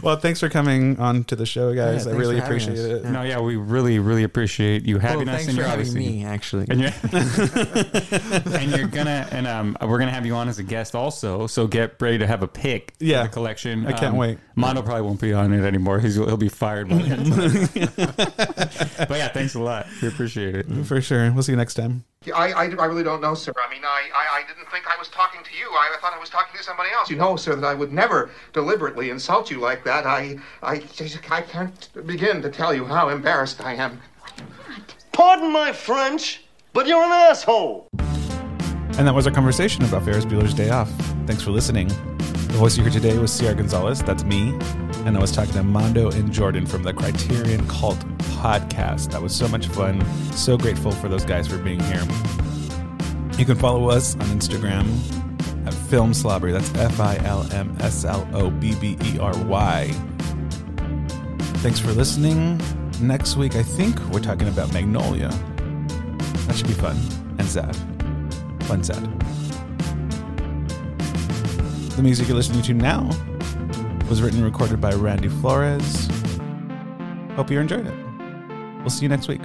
D: Well, thanks for coming on to the show, guys.
F: thanks
D: I really
F: for having
D: appreciate
F: us.
D: it.
E: No, yeah, we really, really appreciate you
F: Well,
E: having us
F: thanks
E: in
F: for
E: your
F: having
E: odyssey.
F: me, actually.
E: and you're and you're gonna and um we're gonna have you on as a guest also. So get ready to have a pick. for
D: Yeah.
E: the collection.
D: I can't
E: Um,
D: wait.
E: Mondo probably won't be on it anymore. He's, he'll be fired. By that time. but yeah, thanks a lot. We appreciate it.
D: For sure. We'll see you next time.
L: I, I, I really don't know, sir. I mean, I, I, I didn't think I was talking to you. I, I thought I was talking to somebody else. You know, sir, that I would never deliberately insult you like that. I, I, just- I can't begin to tell you how embarrassed I am.
K: Pardon my French, but you're an asshole.
D: And that was our conversation about Ferris Bueller's Day Off. Thanks for listening. The voice you heard today was C.R. Gonzalez. That's me. And I was talking to Mondo and Jordan from the Criterion Cult podcast. That was so much fun. So grateful for those guys for being here. You can follow us on Instagram at Film Slobbery. That's F I L M S L O B B E R Y. Thanks for listening. Next week, I think we're talking about Magnolia. That should be fun and sad. Fun sad. The music you're listening to now was written and recorded by Randy Flores. Hope you enjoyed it. We'll see you next week.